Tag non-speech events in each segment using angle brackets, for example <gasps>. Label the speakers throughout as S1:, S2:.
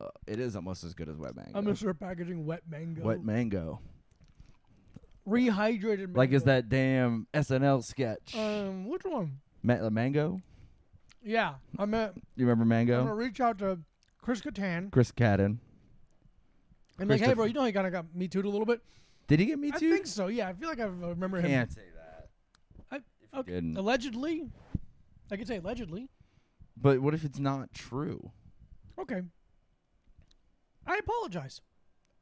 S1: Uh, it is almost as good as wet mango.
S2: I'm gonna start packaging wet mango.
S1: wet mango.
S2: Rehydrated mango.
S1: Like is that damn SNL sketch?
S2: Um, which one?
S1: Ma- the mango.
S2: Yeah, I'm gonna,
S1: You remember
S2: I'm gonna
S1: Mango?
S2: reach out to Chris Kattan
S1: Chris Cadden.
S2: and be like, hey,
S1: Christopher-
S2: bro, you know he kind of got me too a little bit.
S1: Did he get me
S2: I
S1: too?
S2: think so. Yeah, I feel like I remember him.
S1: Can't say that.
S2: I-
S1: If he
S2: okay.
S1: didn't.
S2: Allegedly, I could say allegedly.
S1: But what if it's not true?
S2: Okay. I apologize.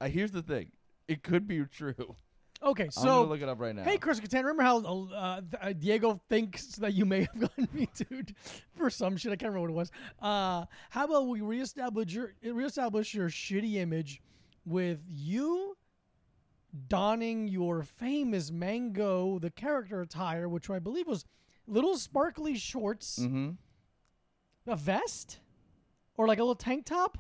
S1: Uh, here's the thing. It could be true. <laughs>
S2: Okay,
S1: I'm gonna
S2: so
S1: look it up right now.
S2: hey, Chris Kattan, remember how uh, th- uh, Diego thinks that you may have <laughs> gotten me dude for some shit? I can't remember what it was. Uh, how about we reestablish your reestablish your shitty image with you donning your famous mango the character attire, which I believe was little sparkly shorts,
S1: Mm-hmm.
S2: a vest, or like a little tank top,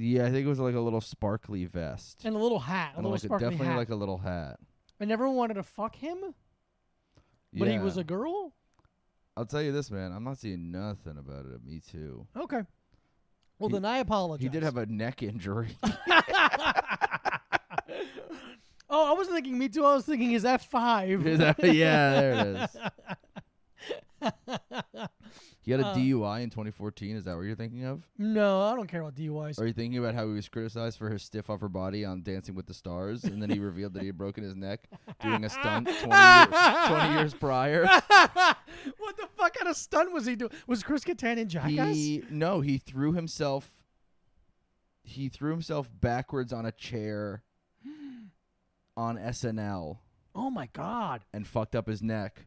S1: Yeah, I think it was like a little sparkly vest.
S2: and a little hat,
S1: And
S2: a little
S1: like a-
S2: sparkly
S1: definitely
S2: hat.
S1: like a little hat.
S2: and everyone wanted to fuck him, but he was
S1: Yeah.
S2: a girl.
S1: I'll tell you this, man. I'm not seeing nothing about it. at Me too.
S2: Okay. Well,
S1: He-
S2: then I apologize.
S1: He did have a neck injury.
S2: oh, I wasn't thinking Me Too. I was thinking his F five.
S1: yeah, there it is.
S2: <laughs>
S1: He had a
S2: Uh,
S1: DUI in 2014. Is that what you're thinking of?
S2: no, I don't care about DUIs.
S1: Are you thinking about how he was criticized for his stiff upper body on Dancing with the Stars, and then he revealed that he had broken his neck doing a stunt 20 years, 20 years
S2: <laughs>
S1: prior?
S2: what the fuck kind of stun was he doing? Was Chris Kattan in Jackass?
S1: He no, he threw himself. He threw himself backwards on a
S2: <gasps>
S1: chair on SNL
S2: Oh my god.
S1: and fucked up his neck,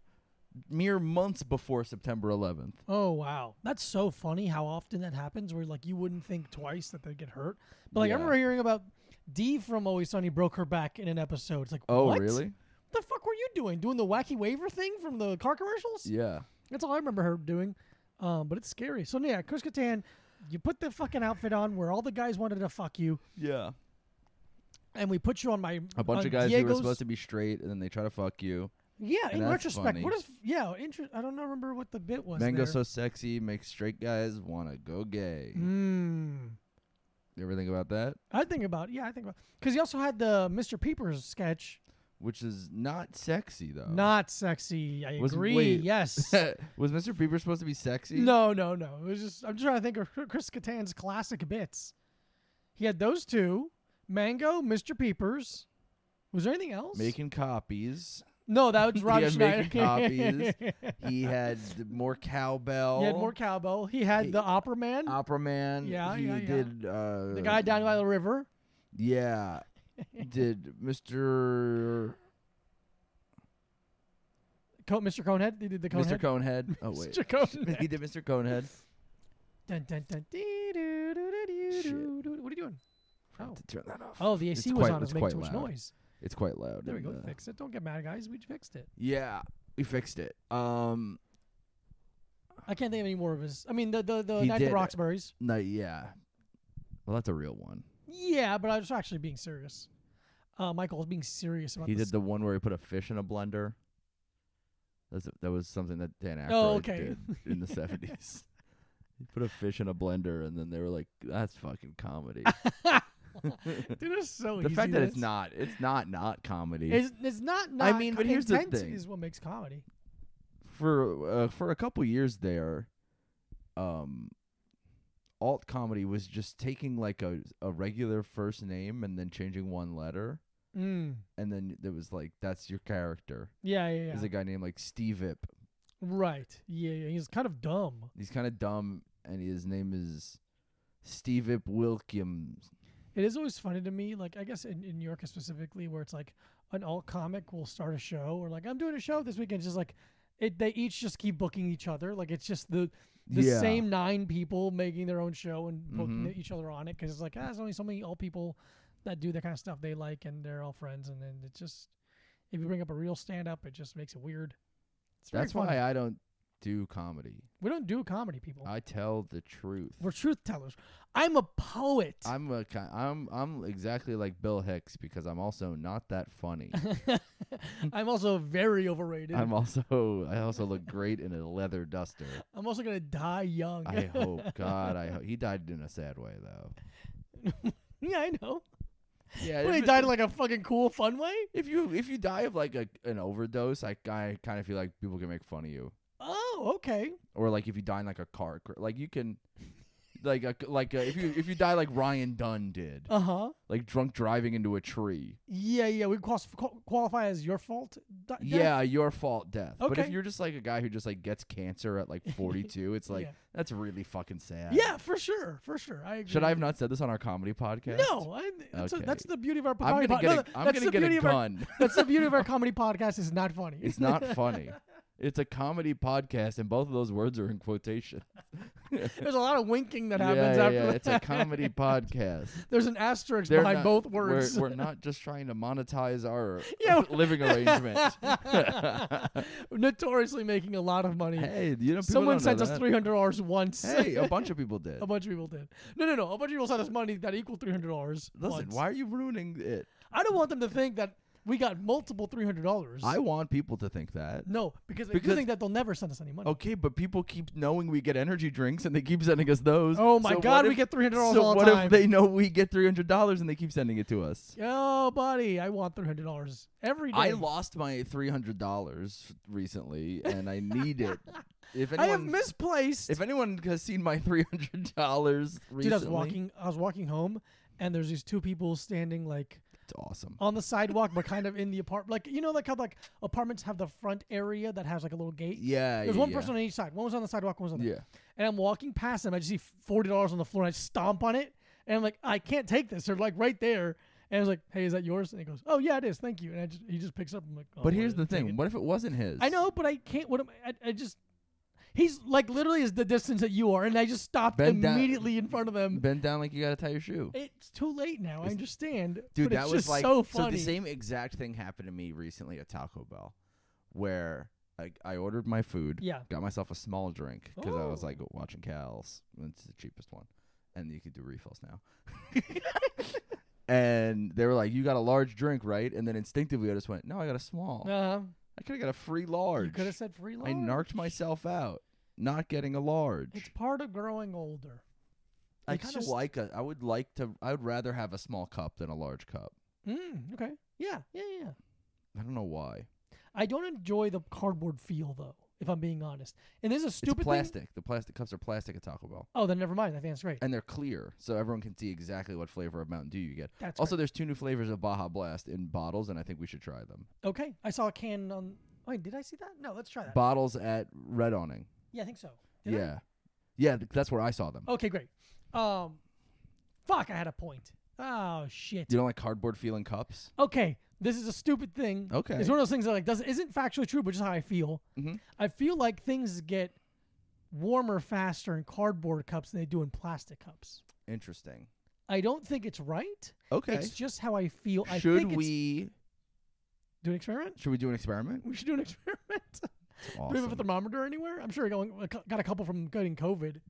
S1: mere months before September 11th.
S2: Oh wow, that's so funny how often that happens. Where like you wouldn't think twice that they'd get hurt, but like
S1: Yeah.
S2: I remember hearing about Dee from Always Sunny broke her back in an episode. It's like,
S1: Oh,
S2: what?
S1: really?
S2: the fuck were you doing? Doing the wacky waiver thing from the car commercials?
S1: Yeah.
S2: That's all I remember her doing. Um, but it's scary. So yeah, Chris Kattan, you put the fucking outfit on where all the guys wanted to fuck you,
S1: Yeah.
S2: and we put you on my
S1: A bunch
S2: on
S1: of guys
S2: Uh, Diego's,
S1: who were supposed to be straight, and then they try to fuck you.
S2: Yeah,
S1: and
S2: in
S1: that's
S2: retrospect,
S1: funny.
S2: what is yeah? Inter- I don't know. Remember what the bit was.
S1: Mango
S2: there.
S1: so sexy makes straight guys wanna go gay.
S2: Mm.
S1: You ever think about that?
S2: I think about yeah, I think about because he also had the Mr. Peepers sketch.
S1: Which is not sexy though. <laughs>
S2: Not sexy. I
S1: Was-
S2: agree.
S1: Oh. wait. <laughs>
S2: Yes.
S1: was Mr. Bieber supposed to be sexy?
S2: no, no, no. It was just I'm just trying to think of Chr- Chris Kattan's classic bits. He had those two, Mango, Mr. Peepers. Was there anything else?
S1: Making copies.
S2: no,
S1: <laughs>
S2: that was Rob
S1: he had
S2: Schneider.
S1: making
S2: <laughs>
S1: copies. he <laughs> had th- more cowbell.
S2: he had more cowbell. He had
S1: He-
S2: the opera man,
S1: opera man.
S2: Yeah,
S1: he
S2: yeah, yeah.
S1: did. Uh,
S2: the guy down by the river.
S1: Yeah.
S2: <laughs>
S1: did Mr.
S2: Co- Mr. Conehead. They did the Conehead.
S1: Mr.
S2: <laughs>
S1: Conehead? Oh wait,
S2: Mr.
S1: <laughs>
S2: Conehead.
S1: he did Mr. Conehead.
S2: Dun, dun, dun, dee, doo, doo, doo, doo,
S1: Shit.
S2: doo, doo. What are you doing?
S1: I have
S2: Oh.
S1: to turn that off.
S2: Oh, the
S1: It's
S2: AC was
S1: quite-
S2: on. It
S1: it's
S2: was making
S1: quite
S2: too much
S1: loud.
S2: noise.
S1: It's quite loud. uh,
S2: There we
S1: in
S2: go.
S1: the-
S2: Fix it. Don't get mad, guys. We
S1: <laughs>
S2: fixed it.
S1: Yeah, we fixed it. Um,
S2: I can't think of any more of his. I mean, the the the
S1: He
S2: Night at
S1: did
S2: the
S1: it.
S2: Roxbury's.
S1: no, yeah. Well, that's a real one.
S2: Yeah, but I was actually being serious. Uh, Michael was being serious about
S1: he
S2: this.
S1: did the one where he put a fish in a blender. That's that was something that Dan Aykroyd
S2: Oh, okay.
S1: did in the
S2: <laughs>
S1: seventies. He put a fish in a blender, and then they were like, "That's fucking
S2: <laughs>
S1: comedy."
S2: <laughs>
S1: <laughs>
S2: Dude, it's so
S1: the
S2: easy.
S1: fact that
S2: that
S1: it's not, it's not not comedy
S2: It's, it's not,
S1: I
S2: not.
S1: mean,
S2: co-
S1: but here's the
S2: intent
S1: thing.
S2: is what makes comedy.
S1: for uh, for a couple years there. Um, alt comedy was just taking like a a regular first name and then changing one letter,
S2: Mm.
S1: and then there was like, "That's your character."
S2: Yeah, yeah, yeah.
S1: There's a guy named like Steve Ip
S2: right. Yeah, yeah. He's kind of dumb.
S1: He's kind of dumb, and his name is Steve Ip Wilkins.
S2: It is always funny to me, like I guess in, in New York specifically, where it's like an alt comic will start a show or like I'm doing a show this weekend, it's just like it they each just keep booking each other. Like it's just the the
S1: Yeah.
S2: same nine people making their own show and booking e-,
S1: Mhm.
S2: each other on it because it's like ah, there's only so many alt people that do that kind of stuff they like and they're all friends and then it just if you bring up a real stand up, it just makes it weird. It's very
S1: That's
S2: funny.
S1: why I don't do comedy.
S2: We don't do comedy, people.
S1: I tell the truth.
S2: We're truth tellers. I'm a poet.
S1: I'm a ki- I'm I'm exactly like Bill Hicks because I'm also not that
S2: <laughs>
S1: funny.
S2: <laughs> I'm also very overrated.
S1: I'm
S2: I'm,
S1: also I also look great in a leather duster.
S2: <laughs> also gonna die young.
S1: I hope God I ho- he died in a sad way though.
S2: <laughs> yeah, I know.
S1: Yeah,
S2: Well, he
S1: if it-
S2: died in like a fucking cool, fun way.
S1: if you if you die of like a, an overdose, I I kind of feel like people can make fun of you.
S2: Oh, okay.
S1: Or like if you die in like a car, cr- like you
S2: <laughs>
S1: can, like a, like a, if you if you die like Ryan Dunn did,
S2: Uh huh.
S1: like drunk driving into a tree.
S2: Yeah, yeah. We quas- qual- qualify as your fault. di- death?
S1: Yeah, your fault death. But if
S2: Uh, Okay.
S1: you're just like a guy who just like gets cancer at
S2: <laughs>
S1: like 42, it's like
S2: Yeah.
S1: that's really fucking sad.
S2: Yeah, for sure, for sure. I agree
S1: Should I have
S2: with
S1: not said this on our comedy podcast?
S2: you. No, I, that's,
S1: Okay.
S2: a, that's the beauty of our
S1: I'm
S2: comedy
S1: gonna
S2: podcast.
S1: get a, I'm
S2: that's
S1: gonna
S2: the
S1: get
S2: beauty
S1: a
S2: of our,
S1: gun.
S2: that's the beauty
S1: <laughs>
S2: of our comedy podcast. It's not funny.
S1: it's not funny. It's a comedy podcast, and both of those words are in quotation.
S2: <laughs> There's a lot of winking that
S1: yeah,
S2: happens
S1: yeah,
S2: after
S1: yeah.
S2: that.
S1: It's a comedy podcast.
S2: <laughs> There's an asterisk
S1: They're
S2: behind
S1: not-
S2: both words.
S1: We're, we're not just trying to monetize our
S2: <laughs> Yeah.
S1: <laughs> living
S2: <laughs>
S1: arrangement.
S2: <laughs> Notoriously making a lot of money.
S1: hey, you know, <laughs> people
S2: Someone
S1: don't know
S2: sent us
S1: that.
S2: three hundred dollars once.
S1: Hey,
S2: <laughs>
S1: a bunch of people did.
S2: a bunch of people did. No, no, no. A bunch of people sent us money that equaled three hundred dollars.
S1: Listen, why are you ruining it?
S2: I don't want them to think that we got multiple three hundred dollars.
S1: I want people to think that.
S2: no, because, I do
S1: Because-
S2: think that they'll never send us any money.
S1: Okay, but people keep knowing we get energy drinks, and they keep sending us those.
S2: Oh my
S1: So what
S2: God, we
S1: if-
S2: get three hundred dollars
S1: So
S2: all the
S1: what
S2: time.
S1: if they know we get three hundred dollars and they keep sending it to us?
S2: Oh, buddy, I want three hundred dollars every day.
S1: I lost my three hundred dollars recently, and I need
S2: <laughs>
S1: it. If
S2: I
S1: anyone,
S2: have misplaced.
S1: if anyone has seen my <laughs> three hundred dollars recently,
S2: Dude, I was walking. I was walking home, and there's these two people standing like
S1: it's awesome.
S2: on the sidewalk, but kind of in the apartment. Like you know, like how like apartments have the front area that has like a little gate.
S1: Yeah,
S2: There's
S1: yeah,
S2: one
S1: yeah.
S2: person on each side. One was on the sidewalk. One was on the. Oh,
S1: Yeah,
S2: And I'm walking past them. I just see forty dollars on the floor, and I stomp on it, and I'm like, I can't take this. They're like right there, and I was like, Hey, is that yours? And he goes, Oh yeah, it is. Thank you. And I just he just picks up. I'm like, oh,
S1: but here's the
S2: whatever, take
S1: thing:
S2: it.
S1: what if it wasn't his?
S2: I know, but I can't. What am I? I, I just. He's like literally is the distance that you are, and I just stopped
S1: Bend down-
S2: immediately in front of them.
S1: Bend down like you gotta tie your shoe.
S2: It's too late now. I understand.
S1: Dude,
S2: but
S1: that
S2: it's
S1: was
S2: just
S1: like
S2: so funny.
S1: the same exact thing happened to me recently at Taco Bell, where I, I ordered my food,
S2: Yeah.
S1: got myself a small drink because I was
S2: Oh.
S1: like watching Cal's. and It's the cheapest one, and you could do refills now.
S2: <laughs>
S1: <laughs> and they were like, "You got a large drink, right?" And then instinctively, I just went, "No, I got a small.
S2: Uh-huh.
S1: I could have got a free
S2: You
S1: large.
S2: could have said free large.
S1: I narked myself out." Not getting a large.
S2: It's part of growing older.
S1: I
S2: It's
S1: kind of
S2: just-
S1: like a. I would like to. I would rather have a small cup than a large cup.
S2: Mm, okay. Yeah, yeah, yeah.
S1: I don't know why.
S2: I don't enjoy the cardboard feel though, if I'm being honest. And there's a stupid
S1: it's
S2: thing.
S1: plastic. The plastic cups are plastic at Taco Bell,
S2: Oh, then never mind. I think that's great.
S1: and they're clear, so everyone can see exactly what flavor of Mountain Dew you get.
S2: That's
S1: also, there's two new flavors of Baja Blast in bottles, and I think we should try them.
S2: okay. I saw a can on. Wait, did I see that? No, let's try that.
S1: Bottles at Red Awning.
S2: yeah, I think so. Did I?
S1: yeah, yeah, th- that's where I saw them.
S2: Okay, great. Um, fuck, I had a point. Oh shit.
S1: You don't like cardboard feeling cups?
S2: okay, this is a stupid thing.
S1: Okay.
S2: It's one of those things that like doesn't isn't factually true, but just how I feel.
S1: Mhm.
S2: I feel like things get warmer faster in cardboard cups than they do in plastic cups.
S1: Interesting.
S2: I don't think it's right.
S1: Okay.
S2: It's just how I feel. I
S1: should
S2: think it's,
S1: we?
S2: do an experiment?
S1: Should we do an experiment?
S2: We should do an experiment. <laughs> Do we have a
S1: Awesome.
S2: thermometer anywhere? I'm sure we got one- got a couple from getting COVID.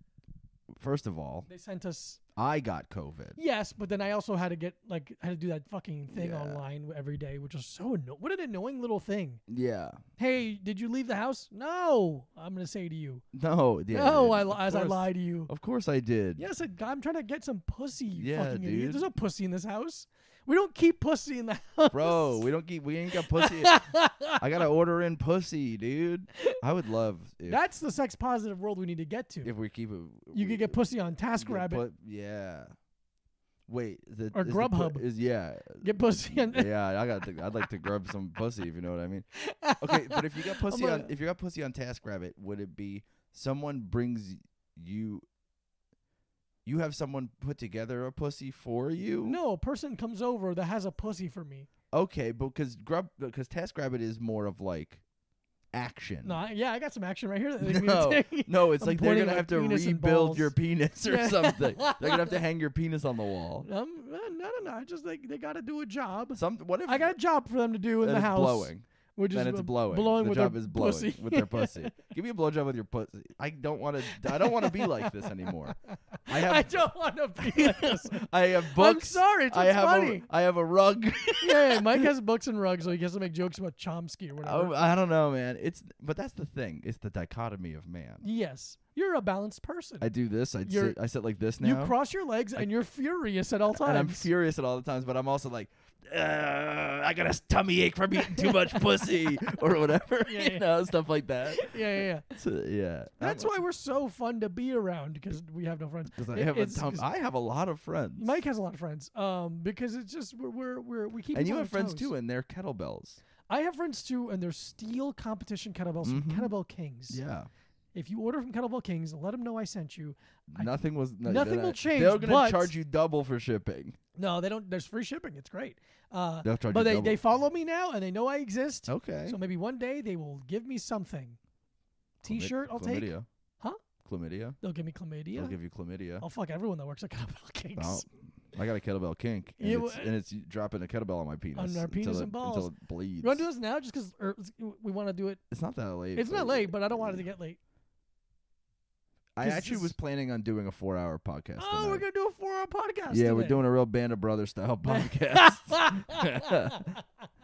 S1: First of all,
S2: They sent us
S1: I got COVID.
S2: yes, but then I also had to get like had to do that fucking thing
S1: Yeah.
S2: online every day, which was so annoying. What an annoying little thing.
S1: Yeah.
S2: Hey, did you leave the house? No, I'm gonna say to you.
S1: No. Yeah,
S2: no,
S1: dude,
S2: I
S1: of
S2: li- as I
S1: course-
S2: lie to you.
S1: Of course I did.
S2: Yes, I, I'm trying to get some pussy. You
S1: Yeah,
S2: fucking idiot.
S1: dude.
S2: There's no pussy in this house. We don't keep pussy in the <laughs> house,
S1: Bro, we don't keep. We ain't got
S2: <laughs>
S1: pussy. I gotta order in pussy, dude. I would love if,
S2: That's the sex positive world we need to get to.
S1: if we keep it.
S2: you could get pussy on
S1: we could
S2: TaskRabbit.
S1: put- yeah. Wait, the,
S2: Or
S1: is the
S2: Grubhub.
S1: pu- is yeah,
S2: get pussy on.
S1: yeah. I gotta. Think, I'd like to grub some pussy if you know what I mean. Okay, but if you
S2: <laughs>
S1: got pussy
S2: gonna-
S1: on, if you got pussy on TaskRabbit, would it be someone brings you? You have someone put together a pussy for you.
S2: no, a person comes over that has a pussy for me.
S1: Okay, because grub because TaskRabbit is more of like action.
S2: No, I- yeah, I got some action
S1: <laughs>
S2: right here. That they need to
S1: No,
S2: take. <laughs>
S1: no, it's
S2: I'm
S1: like they're
S2: pointing
S1: gonna
S2: at
S1: have to
S2: penis and
S1: rebuild your
S2: balls.
S1: penis or
S2: Yeah.
S1: something. They're gonna
S2: <laughs>
S1: have to hang your penis on the wall.
S2: Um, no, no, no. I just like they got to do a job.
S1: Some what if
S2: I got a job for them to do in
S1: that
S2: the
S1: is
S2: house.
S1: blowing?
S2: Which
S1: then
S2: is
S1: it's
S2: b-
S1: blowing.
S2: blowing
S1: the
S2: with their
S1: job is blowing
S2: pussy.
S1: with
S2: <laughs>
S1: their pussy. Give me a blowjob with your pussy. I don't want to. I don't want to be like this anymore. I have.
S2: <laughs> I don't want to
S1: <laughs>
S2: be like this.
S1: I have books.
S2: I'm sorry, it's
S1: I
S2: what's
S1: have <laughs>
S2: funny.
S1: a. I have a
S2: <laughs>
S1: rug.
S2: yeah, yeah, Mike has books and rugs, so he gets to make jokes about Chomsky or whatever.
S1: Oh, I don't know, man. It's but that's the thing. It's the dichotomy of man.
S2: yes, you're a balanced person.
S1: I do this. I
S2: You're-
S1: sit. I sit like this now.
S2: you cross your legs and you're furious at all
S1: <laughs>
S2: times.
S1: and I'm furious at all the times, but I'm also like, "Ugh, I got a tummy ache from eating too
S2: <laughs>
S1: much pussy <laughs> or whatever,
S2: Yeah, yeah.
S1: you know, stuff like
S2: <laughs>
S1: that.
S2: Yeah, yeah, yeah.
S1: So, yeah, <laughs>
S2: That's why we're so fun to be around because we have no friends.
S1: Because I
S2: It-
S1: have a
S2: it's-
S1: tum-
S2: 'cause
S1: I have a lot of friends.
S2: Mike has a lot of friends. Um, because it's just we're we're, we're we keep.
S1: and
S2: us
S1: you
S2: on
S1: have
S2: our
S1: friends
S2: toes.
S1: too, and they're kettlebells.
S2: I have friends too, and they're steel competition kettlebells from
S1: Mhm.
S2: Kettlebell Kings.
S1: Yeah,
S2: If you order from Kettlebell Kings, let them know I sent you. I-
S1: nothing was no,
S2: nothing
S1: they're
S2: will
S1: not-
S2: change,
S1: They're gonna
S2: but-
S1: charge you double for shipping.
S2: No, they don't. There's free shipping. It's great. Uh,
S1: They'll charge
S2: but
S1: you
S2: they,
S1: double.
S2: they follow me now, and they know I exist.
S1: okay.
S2: So maybe one day they will give me something.
S1: Chlamyd-
S2: T-shirt, I'll
S1: chlamydia.
S2: take. Huh? Oh.
S1: Chlamydia.
S2: They'll give me
S1: They'll
S2: chlamydia.
S1: give you chlamydia.
S2: I'll fuck everyone that works at Kettlebell Kings.
S1: Oh, I got a kettlebell kink, and,
S2: Yeah,
S1: it's,
S2: well,
S1: and it's dropping a kettlebell on my penis.
S2: on our
S1: until
S2: penis
S1: it-
S2: and balls.
S1: Until it bleeds.
S2: You want to do this now, just because we want to do it?
S1: It's not that late.
S2: It's not late, but I don't want it to
S1: <laughs>
S2: get late.
S1: I
S2: 'cause
S1: actually
S2: this-
S1: was planning on doing a four-hour podcast.
S2: Oh, we're
S1: tonight.
S2: gonna do a four-hour podcast.
S1: Yeah, we're
S2: today.
S1: doing <laughs> a real band of brothers style
S2: <laughs>
S1: podcast. <laughs>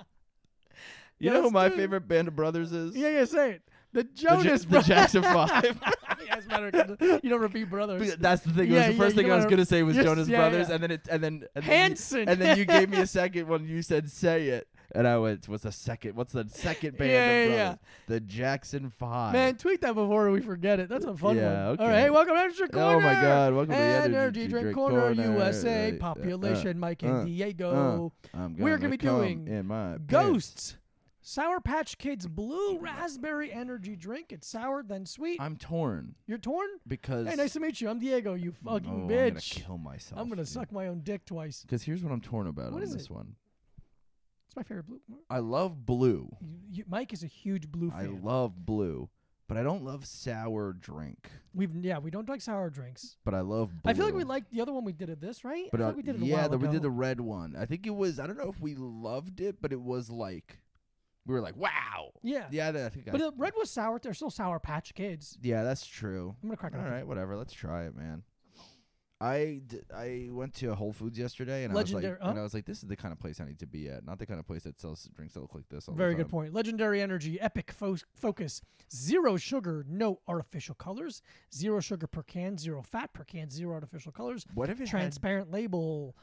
S1: you know who
S2: Let's
S1: my
S2: do it.
S1: favorite band of brothers is?
S2: <laughs> yeah, yeah, say it. The
S1: The Ja-
S2: Jonas
S1: the
S2: Brothers.
S1: Jackson
S2: <laughs>
S1: Five.
S2: yes, matter
S1: <laughs>
S2: of fact, you don't repeat brothers.
S1: That's the thing. It was
S2: Yeah,
S1: the
S2: yeah,
S1: first
S2: you
S1: thing I was
S2: wanna-
S1: gonna say was
S2: yes,
S1: Jonas
S2: yeah,
S1: Brothers,
S2: yeah.
S1: and then it, and then and then you-
S2: Hanson.
S1: and then you gave me a second one. You said say it, and I went, "What's the second? What's the second band
S2: Yeah,
S1: of
S2: yeah, yeah.
S1: brothers? The Jackson Five.
S2: <laughs> Man, tweet that before we forget it. That's a fun one.
S1: Yeah,
S2: All right,
S1: okay.
S2: hey, welcome to Extra Corner.
S1: Oh my God! Welcome to the
S2: Energy, Drink, Corner, USA,
S1: Uh,
S2: population, Mike and
S1: uh,
S2: Diego,
S1: I'm
S2: We're gonna be
S1: come
S2: doing
S1: in my pants.
S2: Ghosts, Sour Patch Kids, Blue Raspberry Energy Drink. It's sour then sweet.
S1: I'm torn
S2: You're torn.
S1: because
S2: Hey, nice to meet you. I'm Diego. You fucking
S1: oh, I'm gonna
S2: bitch.
S1: kill myself.
S2: I'm gonna suck my own dick twice.
S1: Because here's what I'm torn about
S2: What
S1: on
S2: is
S1: this
S2: it?
S1: one.
S2: It's my favorite blue.
S1: I love blue.
S2: You, you, Mike is a huge blue fan.
S1: I love blue, but I don't love sour drink.
S2: We've yeah, we don't like sour drinks.
S1: But I love. Blue.
S2: I feel like we liked the other one we did at this, right?
S1: But
S2: I feel
S1: uh,
S2: like we did it a
S1: yeah,
S2: while
S1: the, we did
S2: ago.
S1: the red one. I think it was. I don't know if we loved it, but it was like we were like, wow.
S2: yeah.
S1: Yeah, that, I think.
S2: But
S1: I,
S2: the red was sour. They're still sour patch kids.
S1: yeah, that's true.
S2: I'm gonna crack it.
S1: All
S2: open.
S1: right, whatever. Let's try it, man. I, d- I went to Whole Foods yesterday and I
S2: Legendary-
S1: was like,
S2: huh?
S1: and I was like, this is the kind of place I need to be at, not the kind of place that sells drinks that look like this. All
S2: Very
S1: the time.
S2: good point. Legendary energy, epic fo- focus, zero sugar, no artificial colors, zero sugar per can, zero fat per can, zero artificial colors,
S1: What if it had?
S2: transparent label,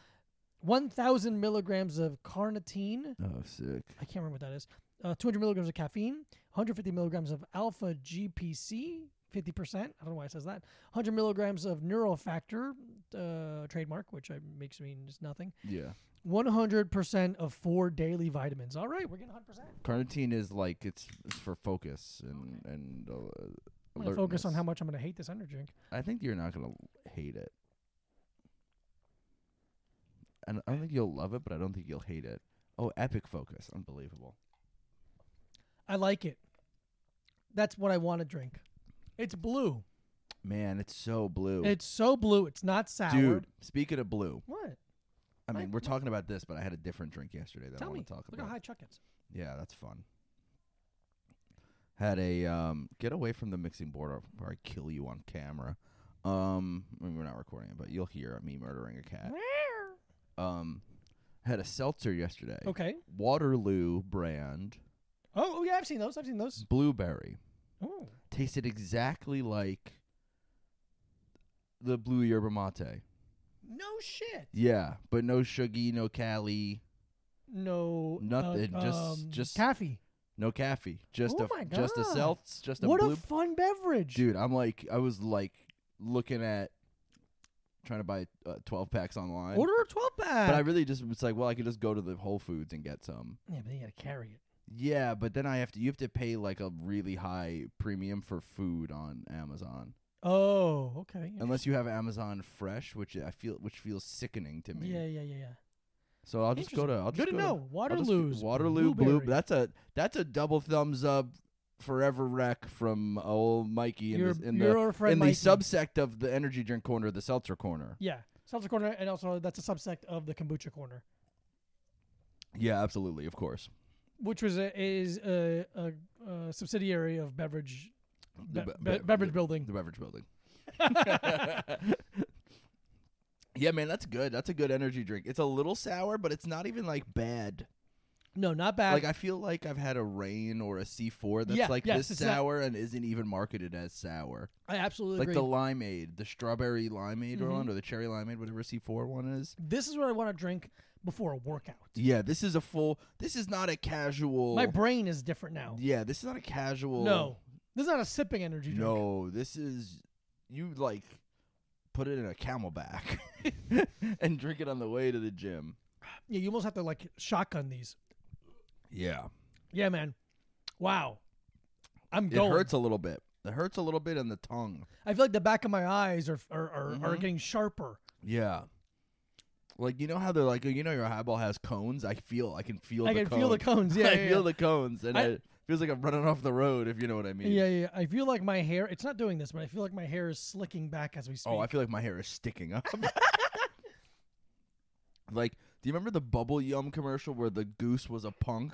S2: 1,000 milligrams of carnitine.
S1: Oh, sick.
S2: I can't remember what that is. Uh, 200 milligrams of caffeine, 150 milligrams of alpha GPC, 50%. I don't know why it says that. 100 milligrams of neurofactor, uh, trademark, which I, makes me just nothing.
S1: Yeah,
S2: 100% of four daily vitamins. All right, we're getting 100%.
S1: carnitine is like it's, it's for focus and and. Uh,
S2: I'm going to focus on
S1: alertness.
S2: how much I'm going to hate this energy drink.
S1: I think you're not gonna hate it. And I don't think you'll love it, but I don't think you'll hate it. Oh, epic focus, unbelievable.
S2: I like it. That's what I want to drink. It's blue.
S1: Man, it's so blue.
S2: It's so blue. It's not sour.
S1: Dude, speaking of blue,
S2: What?
S1: I mean,
S2: Mike,
S1: we're talking about this, but I had a different drink yesterday that I
S2: Tell me.
S1: want to talk
S2: Look
S1: about.
S2: how high Chuck is.
S1: yeah, that's fun. Had a um, get away from the mixing board, or, or I kill you on camera. Um, I mean, we're not recording it, but you'll hear me murdering a cat. Um, had a seltzer yesterday.
S2: Okay.
S1: Waterloo brand
S2: Oh, oh, yeah, I've seen those. I've seen those.
S1: blueberry.
S2: Oh.
S1: tasted exactly like the blue yerba mate.
S2: No shit.
S1: Yeah, but no sugar, no cali,
S2: No. uh,
S1: Nothing, just-
S2: um,
S1: just-
S2: Taffy.
S1: no caffee. Just
S2: Oh
S1: a
S2: my
S1: just a
S2: God.
S1: seltz, just a
S2: What
S1: blue.
S2: a fun beverage.
S1: Dude, I'm like I was like looking at trying to buy uh, 12 packs online.
S2: Order a 12 pack.
S1: but I really just it's like, well, I could just go to the Whole Foods and get some.
S2: yeah, but you got to carry it.
S1: Yeah, but then I have to you have to pay like a really high premium for food on Amazon.
S2: Oh, okay.
S1: Unless you have Amazon Fresh, which I feel which feels sickening to me.
S2: Yeah, yeah, yeah, yeah.
S1: So I'll just go to I'll just go
S2: Good to
S1: to-
S2: know.
S1: I'll just-
S2: Waterloo's.
S1: Waterloo Blue.
S2: blueberry.
S1: That's a that's a double thumbs up, forever wreck from uh, old Mikey in,
S2: Your-
S1: this, in
S2: your
S1: the
S2: old friend
S1: in
S2: Mikey.
S1: the subsect of the energy drink corner, the seltzer corner.
S2: Yeah. Seltzer corner, and also that's a subsect of the kombucha corner.
S1: Yeah, absolutely, of course.
S2: which was a, is a, a, a subsidiary of beverage be-
S1: be-
S2: be-
S1: be-
S2: beverage
S1: the-
S2: building.
S1: the beverage building. <laughs> yeah, man, that's good. That's a good energy drink. It's a little sour, but it's not even like bad.
S2: No, not bad.
S1: Like I feel like I've had a rain or a C four that's
S2: Yeah,
S1: like
S2: yes,
S1: this
S2: it's not-
S1: sour and isn't even marketed as sour.
S2: I absolutely
S1: Like
S2: agree.
S1: the limeade, the strawberry limeade
S2: Mhm.
S1: one or the cherry limeade, whatever C four one is.
S2: this is what I want to drink before a workout.
S1: Yeah, this is a full. This is not a casual.
S2: My brain is different now.
S1: yeah, this is not a casual.
S2: No, this is not a sipping energy drink.
S1: No, this is you like put it in a
S2: <laughs>
S1: camelback and drink it on the way to the gym.
S2: Yeah, you almost have to like shotgun these.
S1: Yeah.
S2: Yeah, man. Wow. I'm
S1: It
S2: going.
S1: hurts a little bit. It hurts a little bit on the tongue.
S2: I feel like the back of my eyes are are, are, are
S1: Mhm.
S2: getting sharper.
S1: Yeah. Like you know how they're like you know your highball has cones? I feel I can feel
S2: I
S1: the
S2: can feel the
S1: cone. <laughs>
S2: cones. Yeah,
S1: I
S2: yeah, yeah.
S1: feel the cones and
S2: I-
S1: I, it feels like I'm running off the road if you know what I mean.
S2: yeah, yeah, yeah. I feel like my hair. It's not doing this, but I feel like my hair is slicking back as we speak.
S1: Oh, I feel like my hair is sticking
S2: <laughs>
S1: up. like, do you remember the bubble yum commercial where the goose was a punk?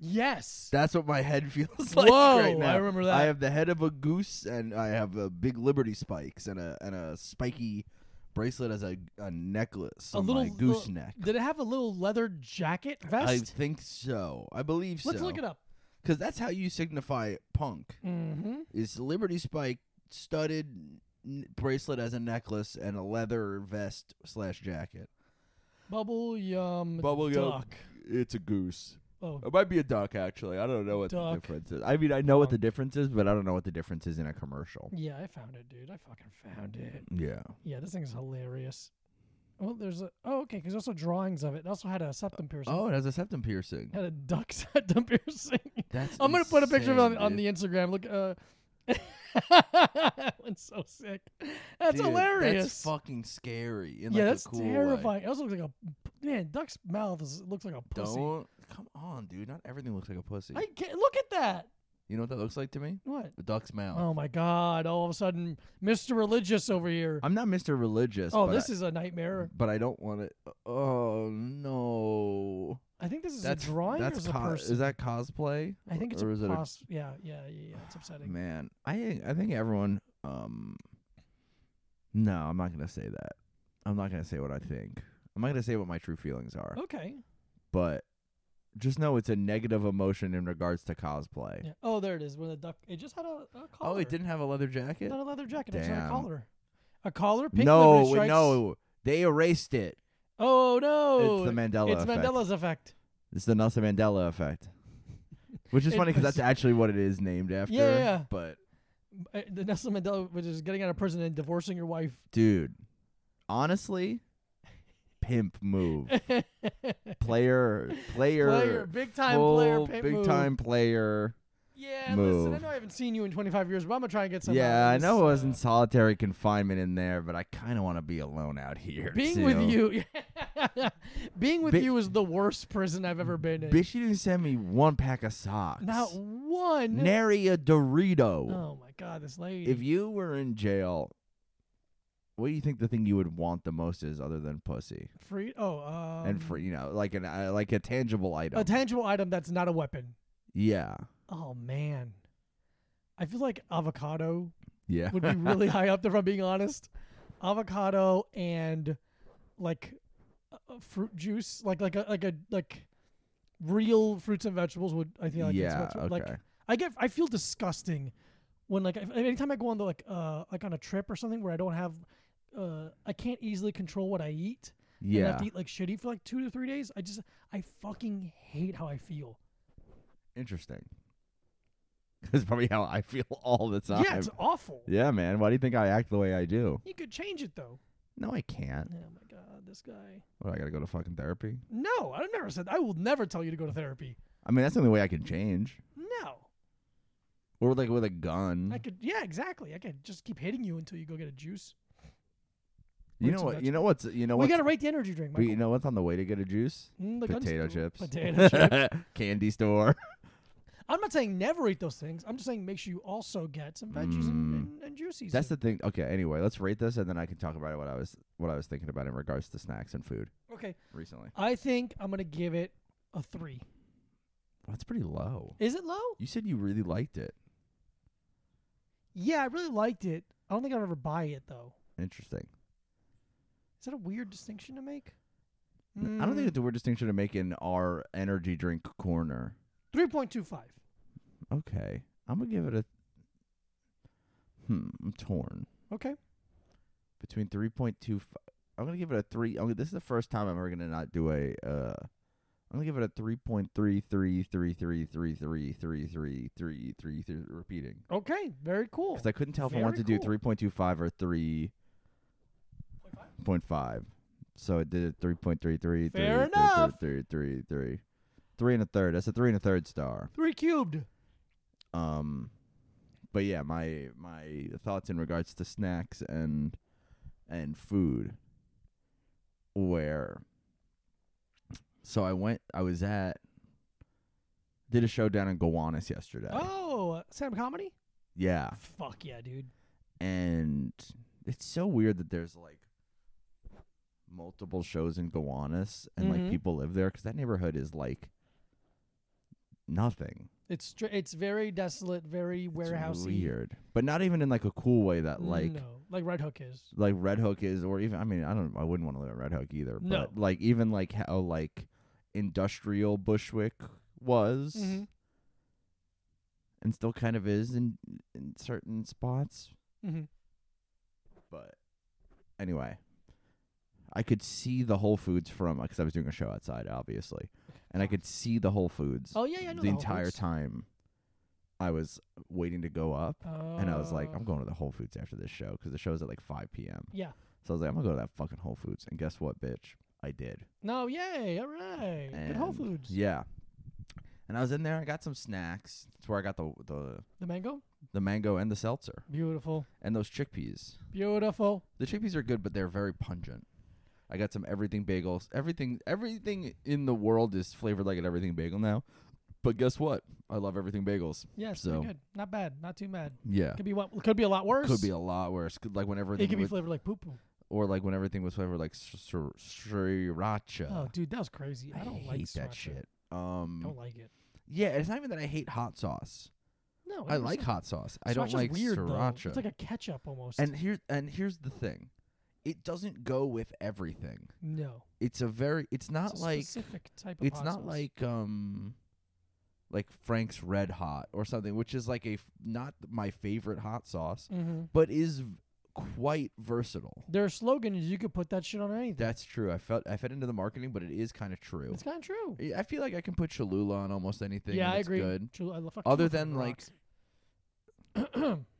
S2: yes.
S1: That's what my head <laughs> feels like
S2: Whoa,
S1: right now.
S2: I remember that.
S1: I have the head of a goose, and I have a big Liberty spikes and a and a spiky bracelet as a, a necklace
S2: A
S1: on
S2: little-
S1: my goose neck.
S2: Did it have a little leather jacket
S1: I
S2: vest?
S1: think so. I believe
S2: Let's
S1: so.
S2: look it up.
S1: Because that's how you signify punk:
S2: Mm-hmm.
S1: is Liberty spike studded n- bracelet as a necklace and a leather vest slash jacket.
S2: Bubble yum
S1: Bubble gum.
S2: duck.
S1: It's a goose.
S2: Oh,
S1: It might be a duck, actually. I don't know what
S2: Duck.
S1: the difference is. I mean, I know what the
S2: Punk.
S1: difference is, but I don't know what the difference is in a commercial.
S2: yeah, I found it, dude. I fucking found it.
S1: Yeah.
S2: Yeah, this thing is hilarious. Well, there's a oh okay, 'cause there's also drawings of it. It also had a septum piercing.
S1: Oh, it has a septum piercing.
S2: Had a duck <laughs> septum piercing.
S1: That's
S2: I'm gonna put a picture of it on,
S1: insane,
S2: on
S1: dude.
S2: the Instagram. Look, uh, <laughs> that one's so sick. That's
S1: Dude,
S2: hilarious.
S1: That's fucking scary. In
S2: yeah,
S1: like
S2: that's
S1: a cool way.
S2: terrifying. It also looks like a man. Duck's mouth is, looks like a pussy.
S1: Don't come on, dude. Not everything looks like a pussy.
S2: I can't look at that.
S1: You know what that looks like to me?
S2: What?
S1: A duck's mouth.
S2: Oh my god! All of a sudden, Mr. Religious over here.
S1: I'm not Mr. Religious.
S2: oh,
S1: but
S2: this
S1: I,
S2: is a nightmare.
S1: But I don't want it. Oh no.
S2: I think this is
S1: That's
S2: a drawing.
S1: That's
S2: or is it a
S1: co-
S2: person.
S1: is that cosplay?
S2: I think it's
S1: or is
S2: a
S1: it a-
S2: pos- yeah, yeah, yeah, yeah. It's upsetting.
S1: Man, I I think everyone. Um. No, I'm not gonna say that. I'm not gonna say what I think. I'm not gonna say what my true feelings are.
S2: Okay.
S1: but just know it's a negative emotion in regards to cosplay.
S2: Yeah. Oh, there it is. When the duck, it just had a, a collar.
S1: Oh, it didn't have a leather jacket.
S2: Not a leather jacket. It just had a
S1: Damn.
S2: collar. A collar. Pink
S1: No,
S2: liberty
S1: wait,
S2: stripes.
S1: no, they erased it.
S2: Oh no!
S1: it's the Mandela
S2: It's
S1: effect.
S2: Mandela's effect.
S1: It's the Nelson Mandela
S2: <laughs>
S1: effect, which is
S2: It
S1: funny because
S2: was-
S1: that's actually what it is named after.
S2: Yeah, yeah.
S1: But
S2: Uh, The Nelson Mandela, which is getting out of prison and divorcing your wife. <laughs>
S1: dude, honestly, pimp
S2: <laughs>
S1: move,
S2: player,
S1: player, player,
S2: big time player,
S1: full
S2: pimp
S1: big
S2: move.
S1: time player.
S2: Yeah, listen, I
S1: move.
S2: know I haven't seen you in 25 years, but I'm gonna try and get some.
S1: yeah,
S2: out
S1: I
S2: of
S1: know
S2: this,
S1: I was in
S2: uh,
S1: solitary confinement in there, but I kind of want to be alone out here.
S2: being
S1: too.
S2: with you. <laughs> being with
S1: Bi-
S2: you is the worst prison I've ever been in.
S1: Bitch, you didn't send me one pack of socks.
S2: Not one.
S1: nary a Dorito.
S2: Oh my god, this lady.
S1: If you were in jail, what do you think the thing you would want the most is, other than pussy
S2: free. Oh, um,
S1: and for you know, like an uh, like a tangible item?
S2: A tangible item that's not a weapon.
S1: yeah,
S2: Oh man, I feel like avocado
S1: yeah.
S2: would
S1: <laughs>
S2: be really high up there. If I'm being honest, avocado and like uh, uh, fruit juice, like like a like a like real fruits and vegetables would. I think I like
S1: <laughs> yeah.
S2: that's what-
S1: Okay.
S2: like I get I feel disgusting when like if, anytime I go on the like uh like on a trip or something where I don't have uh I can't easily control what I eat. And I
S1: yeah.
S2: have to eat like shitty for like two to three days. I just I fucking hate how I feel.
S1: Interesting. <laughs> That's probably how I feel <laughs> all the time.
S2: Yeah, it's awful.
S1: Yeah, man. Why do you think I act the way I do?
S2: You could change it though.
S1: No, I can't.
S2: Oh my god, this guy.
S1: What? I gotta go to fucking therapy.
S2: No, I've never said I will never tell you to go to therapy.
S1: I mean, that's the only way I can change.
S2: No.
S1: Or like with a gun.
S2: I could yeah, exactly. I could just keep hitting you until you go get a juice.
S1: you
S2: Fruits
S1: know
S2: and
S1: what? You know what's you know
S2: we
S1: what's <laughs>
S2: gotta rate the energy drink,
S1: We, you
S2: Michael.
S1: know what's on the way to get a juice?
S2: Mm, the gun
S1: Potato
S2: stool.
S1: chips. <laughs>
S2: Potato chips.
S1: Candy store.
S2: I'm not saying never eat those things. I'm just saying make sure you also get some veggies and,
S1: Mm.
S2: and, and
S1: <laughs>
S2: juices.
S1: That's
S2: in.
S1: the thing. Okay, anyway, let's rate this and then I can talk about what I was what I was thinking about in regards to snacks and food
S2: okay.
S1: recently.
S2: I think I'm gonna give it a three.
S1: That's pretty low.
S2: Is it low?
S1: You said you really liked it.
S2: Yeah, I really liked it. I don't think I'll ever buy it though.
S1: Interesting.
S2: Is that a weird distinction to make? Mm,
S1: I don't think it's a weird distinction to make in our energy drink corner.
S2: three point two five.
S1: Okay. I'm going to give it a. Hmm. I'm torn.
S2: Okay.
S1: Between 3.25. I'm going to give it a 3. I'm, this is the first time I'm ever going to not do a. Uh, I'm going to give it a 3.3333333333 repeating.
S2: Okay. Very cool.
S1: Because I couldn't tell if I wanted
S2: Very
S1: to
S2: cool.
S1: do 3.25 or 3.5. So I did it 3.33.
S2: Fair
S1: three, three,
S2: enough.
S1: Three, three, three, three. Three and a third. That's a three and a third star.
S2: Three cubed.
S1: Um, but yeah, my my thoughts in regards to snacks and and food. Where. So I went. I was at. Did a show down in Gowanus yesterday.
S2: Oh, uh, stand-up comedy.
S1: Yeah.
S2: Fuck yeah, dude.
S1: and it's so weird that there's like multiple shows in Gowanus and
S2: Mhm.
S1: like people live there because that neighborhood is like nothing.
S2: It's str- it's very desolate, very
S1: It's
S2: warehousey.
S1: weird, but not even in like a cool way that like
S2: no, like Red Hook is.
S1: like Red Hook is, or even I mean I don't I wouldn't want to live at Red Hook either,
S2: No.
S1: but like even like how like industrial Bushwick was.
S2: Mhm.
S1: And still kind of is in in certain spots,
S2: Mm-hmm.
S1: But anyway, I could see the Whole Foods from because I was doing a show outside, obviously, and I could see the Whole Foods
S2: Oh yeah, yeah. I know
S1: the
S2: Whole
S1: entire
S2: Foods.
S1: time. I was waiting to go up, and I was like,
S2: Uh,
S1: I'm going to the Whole Foods after this show because the show's at like 5 p.m.
S2: Oh, Yeah.
S1: So I was like, I'm gonna go to that fucking Whole Foods, and guess what, bitch? I did.
S2: No, yay! All right. Good Whole
S1: And-
S2: Foods.
S1: Yeah. And I was in there. I got some snacks. That's where I got the the
S2: The mango.
S1: the mango and the seltzer
S2: Beautiful.
S1: and those chickpeas.
S2: Beautiful.
S1: The chickpeas are good, but they're very pungent. I got some everything bagels. Everything everything in the world is flavored like an everything bagel now. But guess what? I love everything bagels.
S2: Yes. pretty
S1: So-
S2: good. Not bad. Not too bad.
S1: Yeah.
S2: Could be what? Could be a lot worse.
S1: Could be a lot worse. Could, like when everything
S2: It could be
S1: was-
S2: flavored like poo poo.
S1: or like when everything was flavored like sr- sr- sriracha.
S2: Oh, dude, that was crazy. I don't
S1: hate
S2: like
S1: that
S2: sriracha.
S1: shit.
S2: Don't
S1: Um
S2: like it.
S1: yeah, it's not even that I hate hot sauce.
S2: No,
S1: I
S2: 100%.
S1: like hot sauce. I don't
S2: Oh, Sriracha's
S1: like
S2: weird, though.
S1: sriracha.
S2: It's like a ketchup almost.
S1: and here and here's the thing. It doesn't go with everything.
S2: no,
S1: It's a very it's not
S2: it's a
S1: like
S2: specific type of.
S1: it's
S2: hot
S1: not
S2: sauce.
S1: like um like Frank's Red Hot or something, which is like a f- not my favorite hot sauce,
S2: Mhm.
S1: but is v- quite versatile.
S2: Their slogan is "You could put that shit on anything."
S1: That's true. I felt I fed into the marketing, but it is kind of true.
S2: it's kind of true.
S1: I- I feel like I can put Cholula on almost anything.
S2: yeah,
S1: and
S2: I
S1: it's
S2: agree.
S1: Good
S2: True, I love- fuck
S1: Other
S2: Chula
S1: than,
S2: Fucking
S1: like,
S2: Rocks.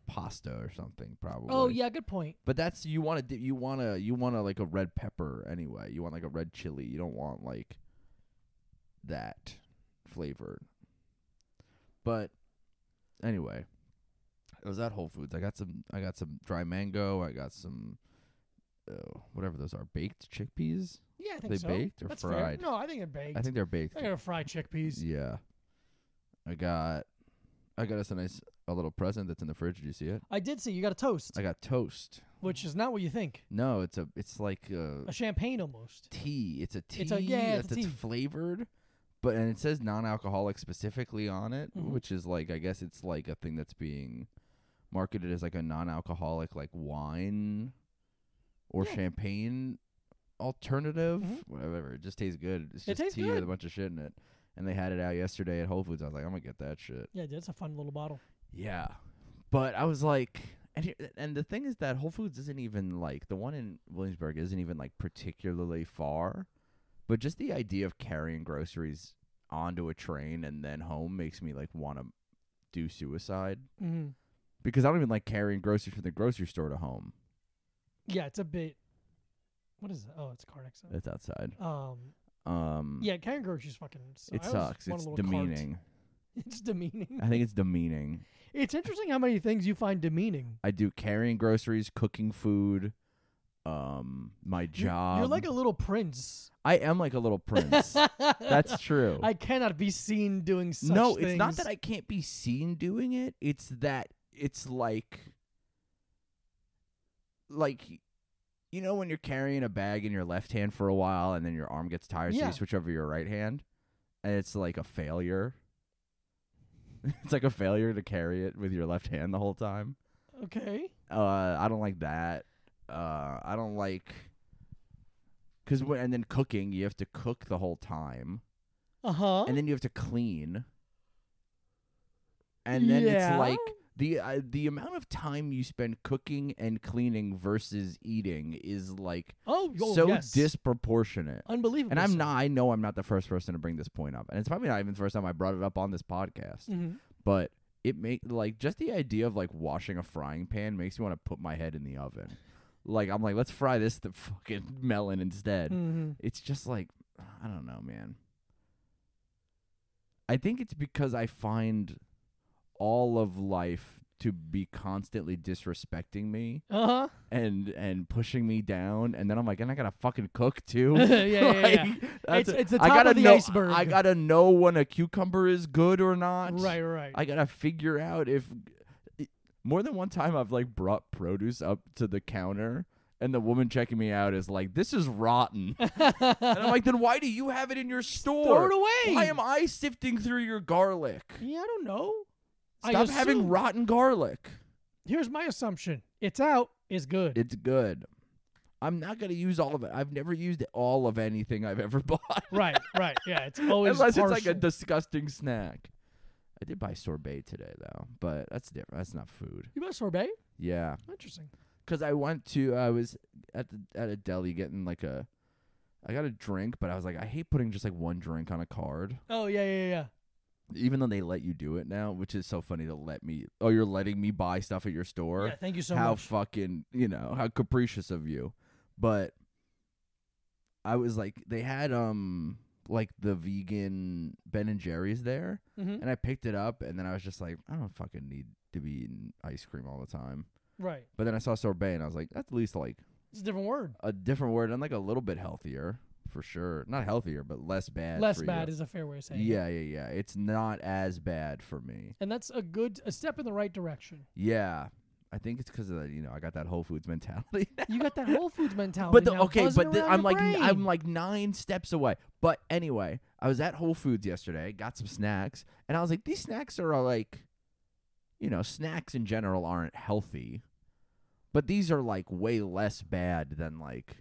S1: pasta or something probably.
S2: oh yeah, good point.
S1: But that's you want to you want to you want to like a red pepper anyway. You want like a red chili. You don't want like that flavored. But anyway, I was at Whole Foods. I got some I got some dry mango. I got some uh, whatever those are, baked chickpeas.
S2: Yeah, I think
S1: They
S2: so.
S1: baked or
S2: That's
S1: fried?
S2: Fair. No, I think they're baked.
S1: I think they're baked.
S2: I gotta fry chickpeas.
S1: Yeah. I got I got us a nice a little present that's in the fridge. Did you see it?
S2: I did see you got a toast,
S1: I got toast.
S2: which is not what you think.
S1: No, it's a it's like uh
S2: A champagne almost.
S1: tea. It's a tea
S2: It's a- yeah, it's
S1: that's
S2: a
S1: it's
S2: tea.
S1: flavored, but and it says non-alcoholic specifically on it,
S2: Mhm.
S1: which is like I guess it's like a thing that's being marketed as like a non-alcoholic like wine or
S2: Yeah.
S1: champagne alternative,
S2: Mhm.
S1: whatever. It just tastes good. It's
S2: It
S1: just
S2: tastes
S1: tea with a
S2: good.
S1: bunch of shit in it. And they had it out yesterday at Whole Foods. I was like, I'm gonna get that shit.
S2: Yeah, that's a fun little bottle.
S1: Yeah, but I was like, and here, and the thing is that Whole Foods isn't even like the one in Williamsburg isn't even like particularly far, but just the idea of carrying groceries onto a train and then home makes me like want to do suicide
S2: Mm-hmm.
S1: because I don't even like carrying groceries from the grocery store to home.
S2: Yeah, it's a bit. What is that? Oh, it's a car accident.
S1: That's outside.
S2: Um,
S1: Um,
S2: yeah, carrying groceries fucking. suck.
S1: it
S2: I always
S1: sucks.
S2: want a
S1: It's
S2: little cart.
S1: demeaning.
S2: <laughs>
S1: Uh,
S2: It's demeaning.
S1: I think it's demeaning.
S2: It's interesting how many things you find demeaning.
S1: I do carrying groceries, cooking food, um, my
S2: You-
S1: job.
S2: You're like a little prince.
S1: I am like a little
S2: <laughs>
S1: prince. That's true.
S2: I cannot be seen doing such
S1: no, it's not
S2: things.
S1: that I can't be seen doing it. It's that it's like like you know when you're carrying a bag in your left hand for a while and then your arm gets tired so
S2: Yeah.
S1: you switch over to your right hand and it's like a failure. <laughs> it's like a failure to carry it with your left hand the whole time.
S2: Okay.
S1: Uh, I don't like that. Uh, I don't like because and then cooking, you have to cook the whole time,
S2: Uh huh.
S1: and then you have to clean, and then
S2: Yeah.
S1: it's like the uh, the amount of time you spend cooking and cleaning versus eating is like
S2: Oh, oh,
S1: so
S2: yes.
S1: disproportionate.
S2: Unbelievable.
S1: And I'm
S2: sir.
S1: not. I know I'm not the first person to bring this point up, and it's probably not even the first time I brought it up on this podcast.
S2: Mhm.
S1: But it make like just the idea of like washing a frying pan makes me want to put my head in the oven. Like I'm like, let's fry this the fucking melon instead.
S2: Mhm.
S1: It's just like I don't know, man. I think it's because I find all of life to be constantly disrespecting me <laughs>
S2: Uh huh.
S1: and and pushing me down, and then I'm like, and I gotta fucking cook too.
S2: <laughs> <laughs>
S1: <laughs>
S2: Yeah, yeah, yeah.
S1: that's
S2: It's-
S1: a-
S2: it's the
S1: I
S2: top
S1: gotta
S2: of the
S1: know,
S2: iceberg.
S1: I gotta know when a cucumber is good or not.
S2: Right, right.
S1: I gotta figure out if. e, More than one time, I've like brought produce up to the counter, and the woman checking me out is like, "This is rotten," and I'm like, "Then why do you have it in your
S2: <laughs> Throw
S1: store?
S2: it away.
S1: Why am I sifting through your garlic?
S2: Yeah, I don't know. I
S1: Stop having
S2: assume-
S1: rotten garlic.
S2: Here's my assumption. It's out.
S1: <laughs>
S2: It's good.
S1: It's good." I'm not gonna use all of it. I've never used all of anything I've ever <laughs> bought.
S2: right, right. Yeah, Oh, it's always
S1: Unless
S2: partial.
S1: it's like a disgusting snack. I did buy sorbet today though, but that's different. That's not food.
S2: you got sorbet?
S1: Yeah,
S2: Interesting.
S1: because I went to I was at the at a deli getting like a I got a drink, but I was like I hate putting just like one drink on a card,
S2: Oh yeah, yeah, yeah.
S1: even though they let you do it now, which is so funny to let me. Oh, you're letting me buy stuff at your store.
S2: yeah, thank you so
S1: how
S2: much.
S1: fucking you know how capricious of you but i was like they had um like the vegan ben and jerry's there
S2: Mhm.
S1: and i picked it up and then i was just like i don't fucking need to be eating ice cream all the time
S2: Right.
S1: but then i saw sorbet and i was like that's at least like
S2: It's a different word.
S1: a different word and like a little bit healthier for sure not healthier but less bad
S2: Less
S1: for
S2: bad
S1: you.
S2: is a fair way of saying. it.
S1: yeah yeah yeah it's not as bad for me
S2: And that's a good a step in the right direction.
S1: yeah i think it's because of the, you know i got that whole foods <laughs> mentality
S2: You got that Whole Foods mentality.
S1: but the,
S2: now
S1: okay,
S2: Oh, buzzing
S1: but the,
S2: around
S1: I'm
S2: your
S1: like n- I'm
S2: <laughs> brain.
S1: like nine steps away. But anyway, I was at Whole Foods yesterday, got some snacks, and I was like, these snacks are uh, like, you know, snacks in general aren't healthy, but these are like way less bad than like,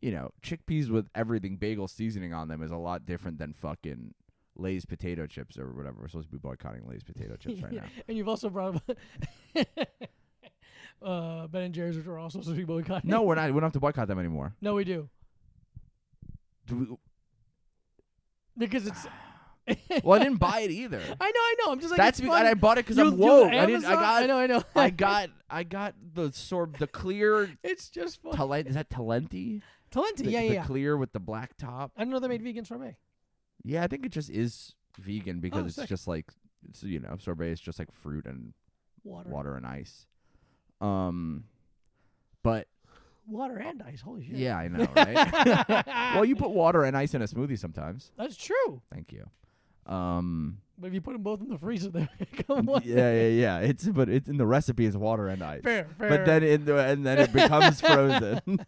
S1: you know, chickpeas with everything bagel seasoning on them is a lot different than fucking Lay's potato chips or whatever. We're supposed to be boycotting Lay's potato chips
S2: <laughs>
S1: right now.
S2: and you've also brought up <laughs> uh, Ben and Jerry's, which are also supposed to be boycotting.
S1: No, we're not. We don't have to boycott them anymore.
S2: no, we do
S1: Do we,
S2: because it's.
S1: well, I didn't buy it either.
S2: <laughs> I know, I know. I'm just like
S1: That's
S2: it's
S1: because
S2: fun.
S1: I bought it because
S2: You-
S1: I'm
S2: you-
S1: woke. I didn't. I
S2: Amazon-
S1: got.
S2: I know, I know.
S1: <laughs>
S2: <laughs>
S1: I got I got the sorb the clear
S2: It's just fun.
S1: Talenti is that Talenti?
S2: Talenti,
S1: The,
S2: yeah, yeah,
S1: the
S2: yeah.
S1: clear with the black top.
S2: I didn't know they made vegan sorbet.
S1: Yeah, I think it just is vegan because
S2: Oh,
S1: it's
S2: sick.
S1: just like it's, you know, sorbet is just like fruit and
S2: Water, water,
S1: water and ice. Um but
S2: and ice. Holy shit.
S1: yeah, I know,
S2: <laughs>
S1: right? well, you put water and ice in a smoothie sometimes.
S2: That's true.
S1: Thank you. Um
S2: <laughs> But if you put them both in the freezer, they <laughs> come
S1: yeah,
S2: on.
S1: yeah, yeah. It's but it's in the recipe is water and ice.
S2: Fair, fair.
S1: But then in the, and then it becomes frozen.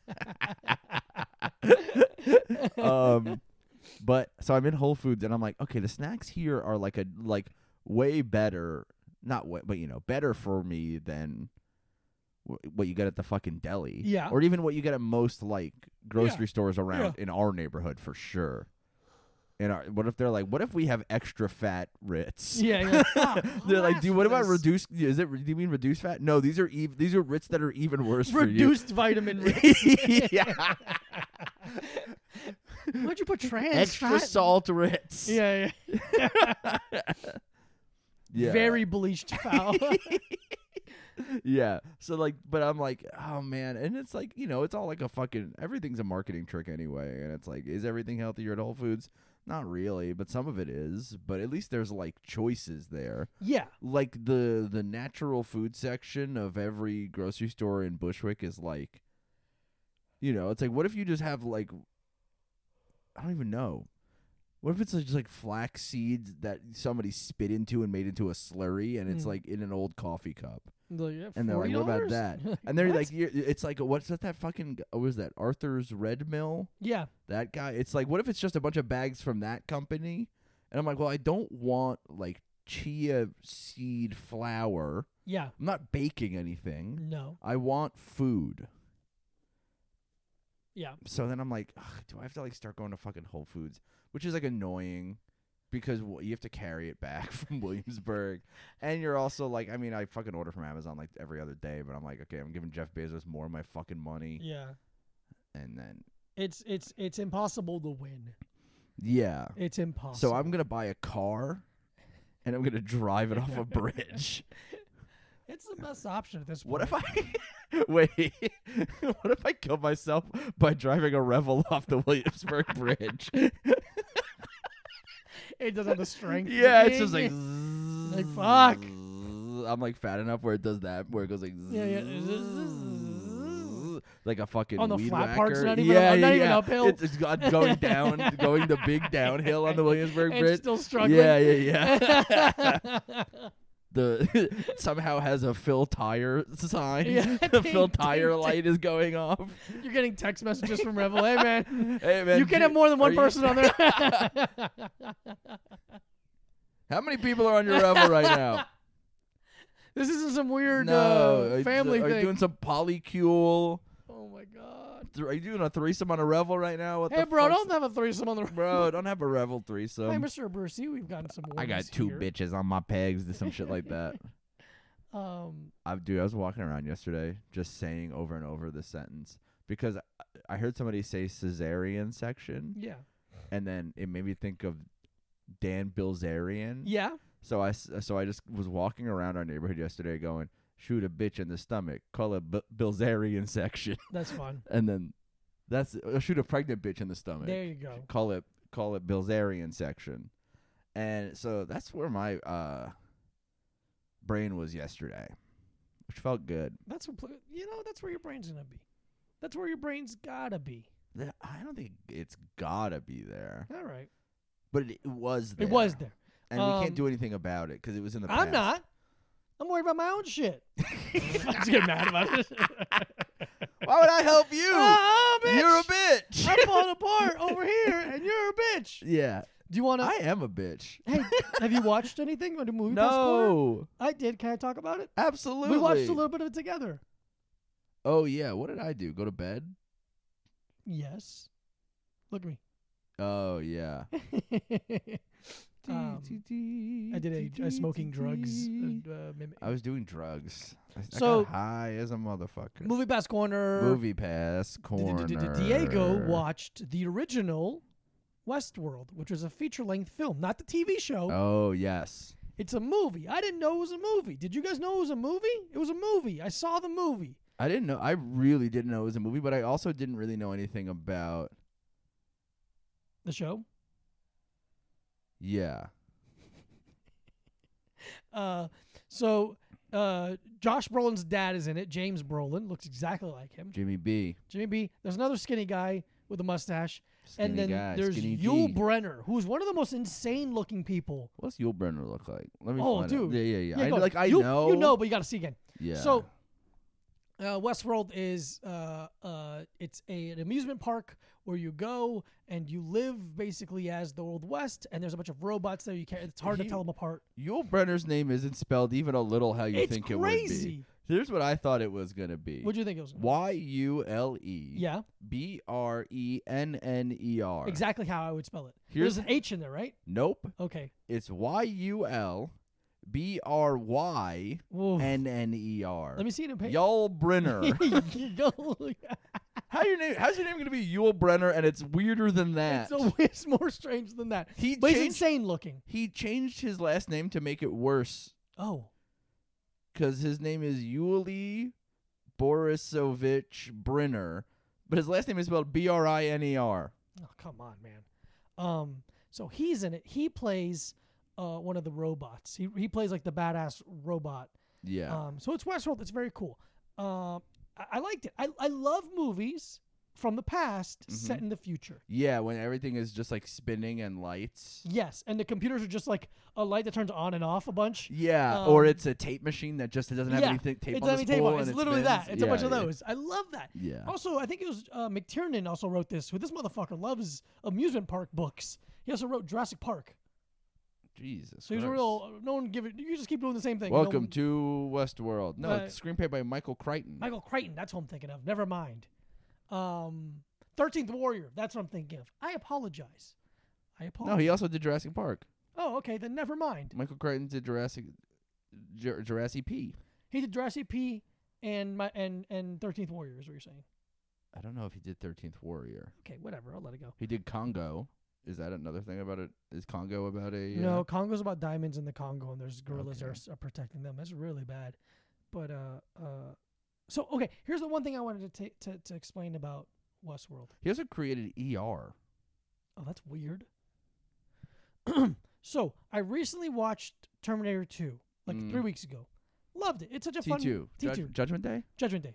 S2: <laughs>
S1: um, but so I'm in Whole Foods and I'm like, okay, the snacks here are like a like way better, not way, but you know, better for me than wh- what you get at the fucking deli,
S2: Yeah.
S1: or even what you get at most like grocery stores around
S2: Yeah.
S1: in our neighborhood for sure. In our, what if they're like, what if we have extra fat Ritz? <laughs>
S2: yeah, you're like, "Fuck,
S1: They're
S2: I'll
S1: like,
S2: ask
S1: dude,
S2: for
S1: what about
S2: this."
S1: reduced? Is it? Do you mean reduced fat? No, these are ev- these are Ritz that are even worse <laughs>
S2: reduced vitamin?
S1: for
S2: <laughs> Rich.
S1: you. yeah,
S2: Why'd you put trans
S1: extra
S2: fat?
S1: salt Ritz.
S2: Yeah, yeah.
S1: yeah,
S2: Very bleached
S1: <laughs>
S2: foul.
S1: yeah. So like, but I'm like, oh man, and it's like, you know, it's all like a fucking everything's a marketing trick anyway, and it's like, is everything healthier at Whole Foods? Not really, but some of it is. But at least there's like choices there.
S2: <laughs> yeah.
S1: like the the natural food section of every grocery store in Bushwick is like you know, it's like what if you just have like I don't even know. What if it's like, just like flax seeds that somebody spit into and made into a slurry and it's
S2: Mm.
S1: like in an old coffee cup.
S2: They're like, "Yeah,
S1: And they're like, what about
S2: $40?"
S1: that?
S2: <laughs> You're
S1: And they're
S2: "What?"
S1: like you're, it's like what's that that fucking what was that Arthur's Red Mill?
S2: yeah,
S1: that guy. It's like, what if it's just a bunch of bags from that company? And I'm like, well, I don't want like chia seed flour.
S2: Yeah.
S1: I'm not baking anything.
S2: No.
S1: I want food.
S2: Yeah.
S1: So then I'm like, "Ugh, do I have to like start going to fucking Whole Foods, which is like annoying because wh- you have to carry it back <laughs> from Williamsburg, and you're also like, I mean, I fucking order from Amazon like every other day, but I'm like, okay, I'm giving Jeff Bezos more of my fucking money,
S2: Yeah.
S1: and then
S2: It's it's it's impossible to win.
S1: yeah,
S2: It's impossible.
S1: so I'm gonna buy a car, and I'm gonna drive it off a bridge.
S2: It's the best option at this point.
S1: What if I <laughs> wait? <laughs> What if I kill myself by driving a revel off the Williamsburg Bridge?
S2: it doesn't have the strength? to
S1: <laughs> yeah, it's just like
S2: <laughs> ding it. fuck.
S1: zzz. <laughs> I'm like fat enough where it does that, where it goes like
S2: Yeah, yeah.
S1: zzz, <laughs> like a fucking
S2: On the
S1: weed
S2: flat
S1: whacker.
S2: part's not even-
S1: yeah,
S2: not
S1: yeah,
S2: even
S1: yeah.
S2: uphill.
S1: It's, it's got- going down,
S2: <laughs>
S1: going the big downhill on the Williamsburg
S2: It's
S1: Bridge.
S2: still struggling.
S1: yeah, yeah, yeah.
S2: <laughs>
S1: <laughs> the somehow has a fill tire <laughs> sign.
S2: Yeah,
S1: the
S2: ding,
S1: fill
S2: ding,
S1: tire
S2: ding.
S1: light is going off.
S2: <laughs> You're getting text messages from Revel.
S1: <laughs>
S2: Hey man,
S1: Hey man,
S2: you can
S1: do-
S2: have more than
S1: are
S2: one
S1: you-
S2: person on there.
S1: <laughs>
S2: <laughs>
S1: How many people are on your level right now?
S2: this isn't some <laughs> weird
S1: no,
S2: uh,
S1: it's-
S2: family
S1: are you
S2: thing.
S1: doing some polycule?
S2: oh my god.
S1: Th- Are you doing a threesome on a revel right now? What
S2: Hey
S1: the
S2: bro,
S1: fuck's-
S2: don't have a threesome on the.
S1: <laughs> bro, don't have a revel
S2: Hey,
S1: threesome.
S2: Mr. Brucey, we've gotten some.
S1: I got
S2: warnings
S1: two
S2: here.
S1: bitches on my pegs, some shit
S2: <laughs>
S1: like that.
S2: Um,
S1: I dude, I was walking around yesterday just saying over and over this sentence because I- I heard somebody say cesarean section,
S2: yeah,
S1: and then it made me think of Dan Bilzerian.
S2: yeah.
S1: So I s- so I just was walking around our neighborhood yesterday, going shoot a bitch in the stomach, call a B- Bilzerian section, <laughs>
S2: That's fun.
S1: and then that's uh, shoot a pregnant bitch in the stomach.
S2: There you go.
S1: Call it call it Bilzerian section, and so that's where my uh brain was yesterday, which felt good.
S2: That's what pl- you know. That's where your brain's gonna be. That's where your brain's gotta be.
S1: Th- I don't think it's gotta be there,
S2: All right.
S1: but it, it was there.
S2: It was there.
S1: and we
S2: Um,
S1: can't do anything about it because it was in the.
S2: I'm
S1: past.
S2: not. I'm worried about my own shit.
S1: <laughs>
S2: <laughs> I'm just getting mad about it. <laughs>
S1: Why would I help you?
S2: oh, bitch.
S1: You're a bitch.
S2: I'm
S1: <laughs>
S2: falling apart over here, and you're a bitch.
S1: yeah.
S2: Do you want to?
S1: I am a bitch.
S2: Hey, have you watched anything on the movie? Pass Corner?
S1: No,
S2: I did. Can I talk about it?
S1: absolutely.
S2: We watched a little bit of it together.
S1: Oh yeah, what did I do? Go to bed?
S2: Yes. Look at me.
S1: Oh yeah.
S2: <laughs> Um, <laughs> I did a, a smoking <laughs> drugs uh, uh, mimic.
S1: I was doing drugs. I, I
S2: So-
S1: got high as a motherfucker.
S2: Movie Pass Corner.
S1: Movie pass corner.
S2: Diego watched the original Westworld, which was a feature length film, not the TV show.
S1: Oh yes.
S2: It's a movie. I didn't know it was a movie. Did you guys know it was a movie? It was a movie. I saw the movie.
S1: I didn't know. I really didn't know it was a movie, but I also didn't really know anything about.
S2: The show.
S1: Yeah.
S2: Uh, so uh, Josh Brolin's dad is in it. James Brolin looks exactly like him.
S1: Jimmy B.
S2: Jimmy B. There's another skinny guy with a mustache,
S1: Skinny
S2: and then
S1: guy,
S2: there's
S1: skinny
S2: Yul
S1: D.
S2: Brenner, who's one of the most insane looking people.
S1: What's Yul Brenner look like? Let me.
S2: Oh,
S1: find
S2: dude.
S1: Out. Yeah, yeah, yeah. I,
S2: go.
S1: like I
S2: you,
S1: know.
S2: you know, but you got to see again.
S1: Yeah.
S2: So, uh, Westworld is uh, uh, it's a, an amusement park where you go and you live basically as the old west, and there's a bunch of robots there. You can't. It's hard to
S1: He-
S2: tell them apart.
S1: Yul Brenner's name isn't spelled even a little how you
S2: it's
S1: think it would
S2: crazy.
S1: be. Here's what I thought it was gonna be.
S2: What'd you think it was?
S1: Y U L E
S2: Yeah,
S1: B R E N N E R.
S2: exactly how I would spell it.
S1: Here's-
S2: there's an H in there, right?
S1: Nope.
S2: Okay.
S1: It's Y U L B R Y
S2: Oof.
S1: N N E R.
S2: Let me see it in page. <laughs>
S1: Yul Brenner. how your name? How's your name gonna be Yul Brenner? And it's weirder than that.
S2: it's, a, <laughs> it's more strange than that.
S1: he
S2: But he's
S1: changed.
S2: insane looking.
S1: He changed his last name to make it worse
S2: Oh,
S1: because his name is Yuli Borisovich Brenner, but his last name is spelled B R I N E R.
S2: oh come on, man. Um, so he's in it. He plays uh, one of the robots. He, he plays like the badass robot.
S1: Yeah.
S2: Um, so it's Westworld. It's very cool. Um, I, I liked it. I, I love movies from the past set
S1: Mm-hmm.
S2: in the future.
S1: yeah, when everything is just like spinning and lights.
S2: Yes, and the computers are just like a light that turns on and off a bunch.
S1: Yeah, or
S2: Um,
S1: it's a tape machine that just doesn't have
S2: yeah,
S1: anything tape
S2: it
S1: on the
S2: doesn't have any tape
S1: spool
S2: on.
S1: and
S2: It's
S1: it
S2: literally that.
S1: spins.
S2: It's a bunch
S1: Yeah,
S2: of
S1: yeah.
S2: those. I love that.
S1: Yeah.
S2: Also, I think it was uh, McTiernan also wrote this. Who this motherfucker loves amusement park books. He also wrote Jurassic Park.
S1: Jesus.
S2: So he's a
S1: Christ.
S2: real. No one give it. You just keep doing the same thing. No
S1: Welcome
S2: one-
S1: to Westworld. No,
S2: Right.
S1: it's screenplay by Michael Crichton.
S2: Michael Crichton. That's who I'm thinking of. Never mind. Um, Thirteenth Warrior. That's what I'm thinking of. I apologize. I
S1: no,
S2: apologize.
S1: he also did Jurassic Park.
S2: oh, okay. Then never mind.
S1: Michael Crichton did Jurassic Jur- Jurassic P.
S2: He did Jurassic P and my and and Thirteenth Warrior is what you're saying.
S1: I don't know if he did 13th Warrior.
S2: Okay, whatever. I'll let it go.
S1: He did Congo. Is that another thing about it? Is Congo about a uh,
S2: No, Congo's about diamonds in the Congo, and there's gorillas
S1: Okay.
S2: are, s- are protecting them. That's really bad. But uh, uh, so okay. Here's the one thing I wanted to ta- to to explain about Westworld.
S1: He also created ER.
S2: Oh, that's weird. <clears throat> so I recently watched Terminator 2, like
S1: Mm.
S2: three weeks ago. Loved it. It's such a
S1: T
S2: fun
S1: two.
S2: T2.
S1: Judgment Day.
S2: Judgment Day.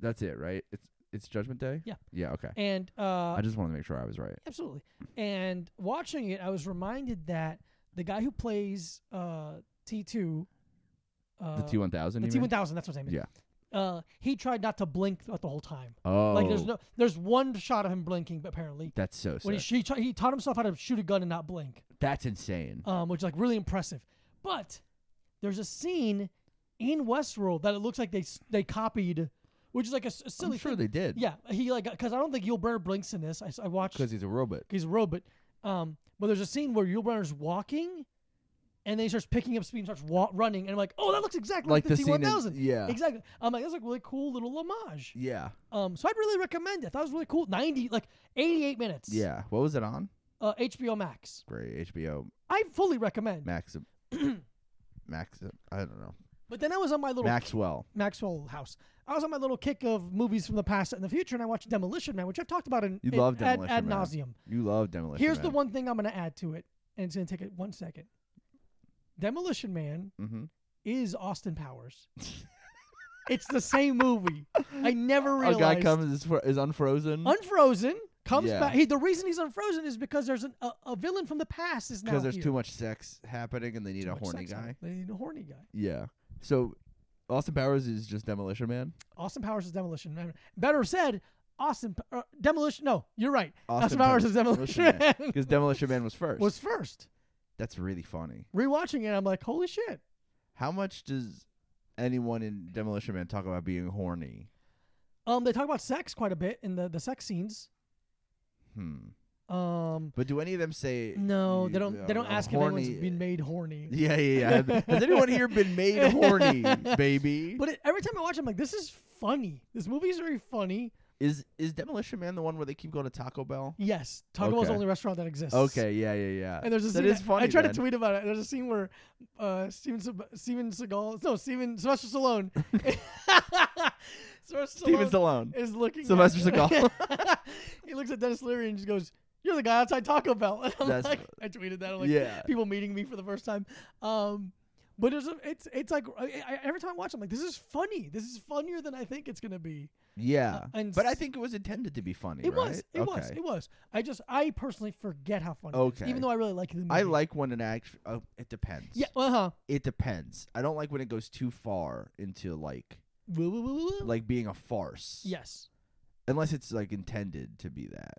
S1: That's it, right? It's it's Judgment Day.
S2: Yeah.
S1: Yeah. Okay.
S2: And uh,
S1: I just wanted to make sure I was right.
S2: absolutely. And watching it, I was reminded that the guy who plays uh, T2, uh,
S1: the T one thousand.
S2: the T1000, that's what I'm saying.
S1: Yeah.
S2: Uh, he tried not to blink throughout the whole time.
S1: Oh,
S2: Like there's no, there's one shot of him blinking apparently.
S1: That's so
S2: When
S1: sick.
S2: he, she, he taught himself how to shoot a gun and not blink.
S1: that's insane.
S2: um, which is like really impressive. But there's a scene in Westworld that it looks like they s- they copied, which is like a, s- a silly
S1: I'm sure
S2: thing.
S1: they did.
S2: yeah, he like because I don't think Yul Brynner blinks in this. I, s- I watched
S1: Because he's a robot.
S2: he's a robot. Um, but there's a scene where Yul Brynner's walking, and then he starts picking up speed and starts wa- running, and I'm like, oh, that looks exactly like,
S1: Like the
S2: the
S1: scene in-
S2: T1000.
S1: yeah.
S2: exactly. I'm like, that's like really cool little homage.
S1: Yeah.
S2: Um, so I'd really recommend it. That was really cool. 90 like 88 minutes.
S1: Yeah. What was it on?
S2: Uh, HBO Max.
S1: Great. HBO
S2: I fully recommend. <clears throat>
S1: Max. Max. uh, I don't know.
S2: But then I was on my little
S1: Maxwell.
S2: Maxwell House. I was on my little kick of movies from the past and the future, and I watched Demolition Man, which I've talked about in,
S1: You
S2: in
S1: love
S2: ad,
S1: Demolition
S2: ad
S1: Man.
S2: nauseum.
S1: You love Demolition.
S2: Here's the one thing I'm going to add to it, and it's going to take it one second. Demolition Man
S1: Mm-hmm.
S2: is
S1: <laughs>
S2: Austin Powers. it's the same movie. I never realized.
S1: A guy comes is, fro- is unfrozen
S2: Unfrozen comes
S1: Yeah.
S2: back. He, the reason he's unfrozen is because there's an, a, a villain from the past is now
S1: because there's
S2: here.
S1: too much sex happening and they need
S2: Too
S1: a
S2: much
S1: horny
S2: sex on
S1: guy.
S2: it. They need a horny guy.
S1: Yeah. So Austin Powers is just Demolition Man.
S2: Austin Powers is Demolition Man. Better said, Austin P- uh, Demolition. No, you're right.
S1: Austin
S2: Austin, Powers,
S1: Powers,
S2: is Demolition,
S1: Demolition
S2: Man.
S1: Because Demolition Man was first.
S2: <laughs> was first.
S1: That's really funny.
S2: Rewatching it, I'm like, holy shit.
S1: How much does anyone in Demolition Man talk about being horny?
S2: Um, they talk about sex quite a bit in the the sex scenes.
S1: Hmm.
S2: Um,
S1: But do any of them say
S2: no,
S1: you
S2: they don't. They
S1: know,
S2: don't ask if
S1: horny-
S2: anyone's been made horny.
S1: <laughs> Yeah, yeah,
S2: <laughs>
S1: yeah. Has anyone here been made horny, baby?
S2: But it, every time I watch, it, I'm like, this is funny. This movie is very funny.
S1: is is Demolition Man the one where they keep going to Taco Bell?
S2: Yes, Taco Bell's the
S1: Okay.
S2: only restaurant that exists.
S1: Okay, yeah, yeah, yeah.
S2: And there's a
S1: that
S2: scene
S1: is funny.
S2: I tried
S1: then.
S2: to tweet about it. There's a scene where uh, Steven Se- Steven Seagal, no Steven Sylvester
S1: <laughs>
S2: Stallone, Sylvester
S1: Steven
S2: Stallone
S1: Stallone.
S2: is looking.
S1: Sylvester
S2: at, <laughs> he looks at Dennis Leary and just goes, "You're the guy outside Taco Bell." <laughs> And I'm
S1: That's-
S2: like, I tweeted that. I'm <laughs> like,
S1: Yeah.
S2: people meeting me for the first time. Um, but there's a, it's it's like I, I, every time I watch, it, I'm like, this is funny. This is funnier than I think it's gonna be.
S1: Yeah.
S2: Uh, and
S1: but I
S2: s-
S1: think it was intended to be funny.
S2: It
S1: right?
S2: was. It
S1: okay.
S2: was. It was. I just I personally forget how funny. It is,
S1: Okay.
S2: even though I really like the movie.
S1: I like when an act. Uh, it depends.
S2: Yeah. Uh huh.
S1: It depends. I don't like when it goes too far into like
S2: Woo, woo, woo, woo, woo.
S1: like being a farce.
S2: Yes.
S1: Unless it's like intended to be that.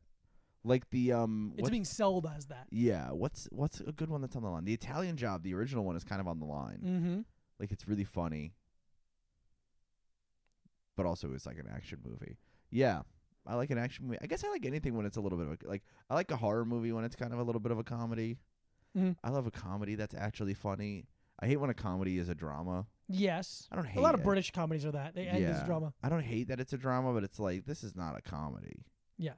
S1: Like the um.
S2: It's
S1: what-
S2: being sold as that.
S1: yeah. What's what's a good one that's on the line? The Italian Job, the original one, is kind of on the line.
S2: Mm-hmm.
S1: Like it's really funny. But also it's like an action movie. Yeah. I like an action movie. I guess I like anything when it's a little bit of a, like I like a horror movie when it's kind of a little bit of a comedy.
S2: Mhm.
S1: I love a comedy that's actually funny. I hate when a comedy is a drama.
S2: Yes.
S1: I don't hate
S2: A lot
S1: it.
S2: of British comedies are that. They end as
S1: Yeah.
S2: drama.
S1: I don't hate that it's a drama, but it's like this is not a comedy.
S2: Yeah.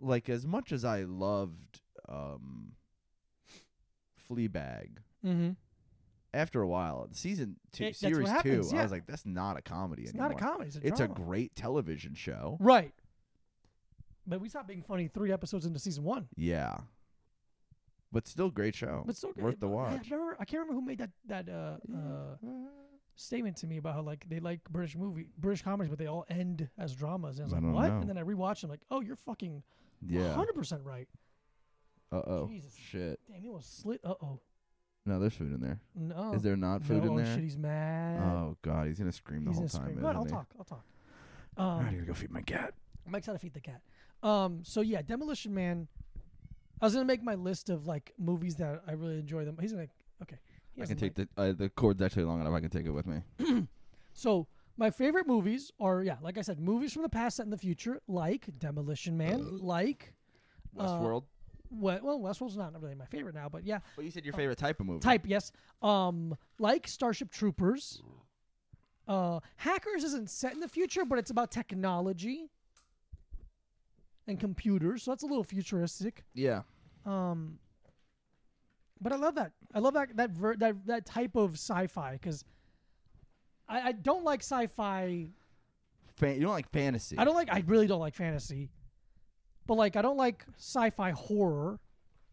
S1: Like as much as I loved um Fleabag,
S2: Mm-hmm.
S1: after a while, season two,
S2: It- that's
S1: series
S2: what
S1: two,
S2: happens,
S1: I
S2: yeah.
S1: was like, that's not a comedy
S2: It's
S1: anymore.
S2: not a comedy. It's a
S1: It's a
S2: drama.
S1: great television show.
S2: right. But we stopped being funny three episodes into season one.
S1: Yeah. But still great show.
S2: But so
S1: Oh, Worth the
S2: I,
S1: watch.
S2: remember, I can't remember who made that that uh, uh, statement to me about how like they like British movie British comedies, but they all end as dramas. And I was
S1: I
S2: like,
S1: don't
S2: what?
S1: know.
S2: And then I rewatched. And I'm like, oh, you're fucking
S1: yeah.
S2: hundred percent right.
S1: Uh oh.
S2: Jesus.
S1: Shit.
S2: Damn, it was slit. Uh oh.
S1: No, there's food in there.
S2: No.
S1: Is there not food
S2: no,
S1: in
S2: oh,
S1: there?
S2: Shit, he's mad.
S1: Oh god, he's gonna scream the
S2: he's
S1: whole
S2: gonna
S1: time.
S2: scream.
S1: Isn't
S2: Go ahead, I'll
S1: he?
S2: talk. I'll talk.
S1: All right, I
S2: Um,
S1: gotta go feed my cat.
S2: Mike's how to feed the cat. Um, so yeah, Demolition Man. I was gonna make my list of like movies that I really enjoy them. He's gonna okay.
S1: I
S2: He has
S1: can
S2: the
S1: take the uh, the cord's actually long enough. I can take it with me.
S2: So my favorite movies are yeah, like I said, movies from the past set in the future, like Demolition Man, like Uh,
S1: Westworld.
S2: we- well, Westworld's not really my favorite now, but yeah,
S1: Well, you said your favorite type of movie.
S2: uh, type yes, um, like Starship Troopers. Uh, Hackers isn't set in the future, but it's about technology and computers, so that's a little futuristic.
S1: Yeah.
S2: Um, but I love that. I love that that ver- that that type of sci-fi because I, I don't like sci-fi
S1: Fan- you don't like fantasy.
S2: I don't like. I really don't like fantasy, but like I don't like sci-fi horror.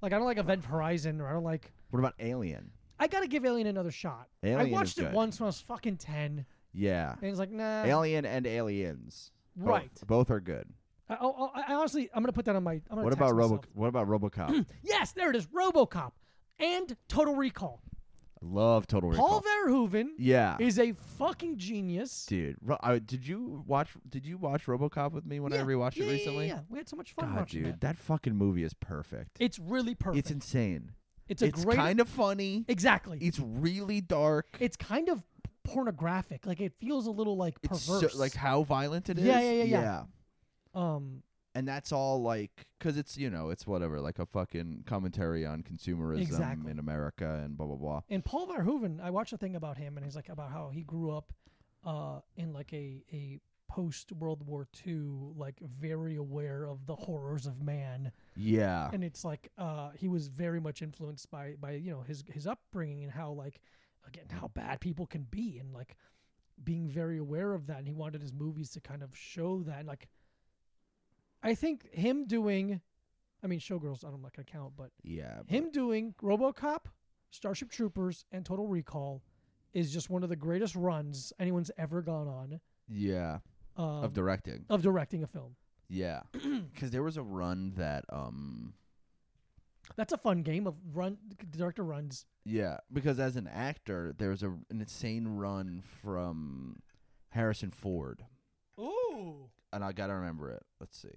S2: Like I don't like Event Horizon, or I don't like.
S1: What about Alien?
S2: I gotta give Alien another shot.
S1: Alien
S2: I
S1: is
S2: watched it
S1: good.
S2: once when I was fucking ten,
S1: Yeah.
S2: and it's like nah.
S1: Alien and Aliens. Both-
S2: Right.
S1: Both, are good.
S2: I, I, I honestly, I'm gonna put that on my. I'm gonna
S1: What
S2: text
S1: about Robo?
S2: myself.
S1: What about
S2: <clears throat>
S1: RoboCop?
S2: Yes, there it is. RoboCop and Total Recall.
S1: I love Total Recall.
S2: Paul Verhoeven
S1: yeah.
S2: is a fucking genius.
S1: Dude, ro- I, did you watch? Did you watch RoboCop with me when I
S2: Yeah,
S1: rewatched
S2: yeah,
S1: it
S2: yeah,
S1: recently?
S2: yeah, yeah. we had so much fun
S1: God,
S2: watching
S1: dude,
S2: that.
S1: that fucking movie is perfect.
S2: It's really perfect.
S1: It's insane.
S2: It's a
S1: it's
S2: great.
S1: kind of e- funny.
S2: exactly.
S1: It's really dark.
S2: it's kind of pornographic. Like it feels a little like
S1: It's
S2: perverse.
S1: so, like how violent it is.
S2: Yeah, yeah, yeah, yeah.
S1: yeah.
S2: um,
S1: and that's all like because it's you know it's whatever like a fucking commentary on consumerism
S2: Exactly.
S1: in america and blah blah blah
S2: and Paul Verhoeven, I watched a thing about him, and he's like about how he grew up, uh, in like a a post World War II, like very aware of the horrors of man,
S1: yeah
S2: and it's like uh, he was very much influenced by by you know his his upbringing and how like again how bad people can be, and like being very aware of that, and he wanted his movies to kind of show that, and like. I think him doing, I mean, Showgirls. I'm not gonna count, but
S1: yeah but-
S2: him doing RoboCop, Starship Troopers, and Total Recall is just one of the greatest runs anyone's ever gone on
S1: yeah
S2: um,
S1: of directing
S2: of directing a film. <clears throat>
S1: yeah because there was a run that um
S2: That's a fun game of run director runs.
S1: yeah because as an actor there was a, an insane run from harrison ford
S2: Ooh,
S1: and i gotta remember it let's see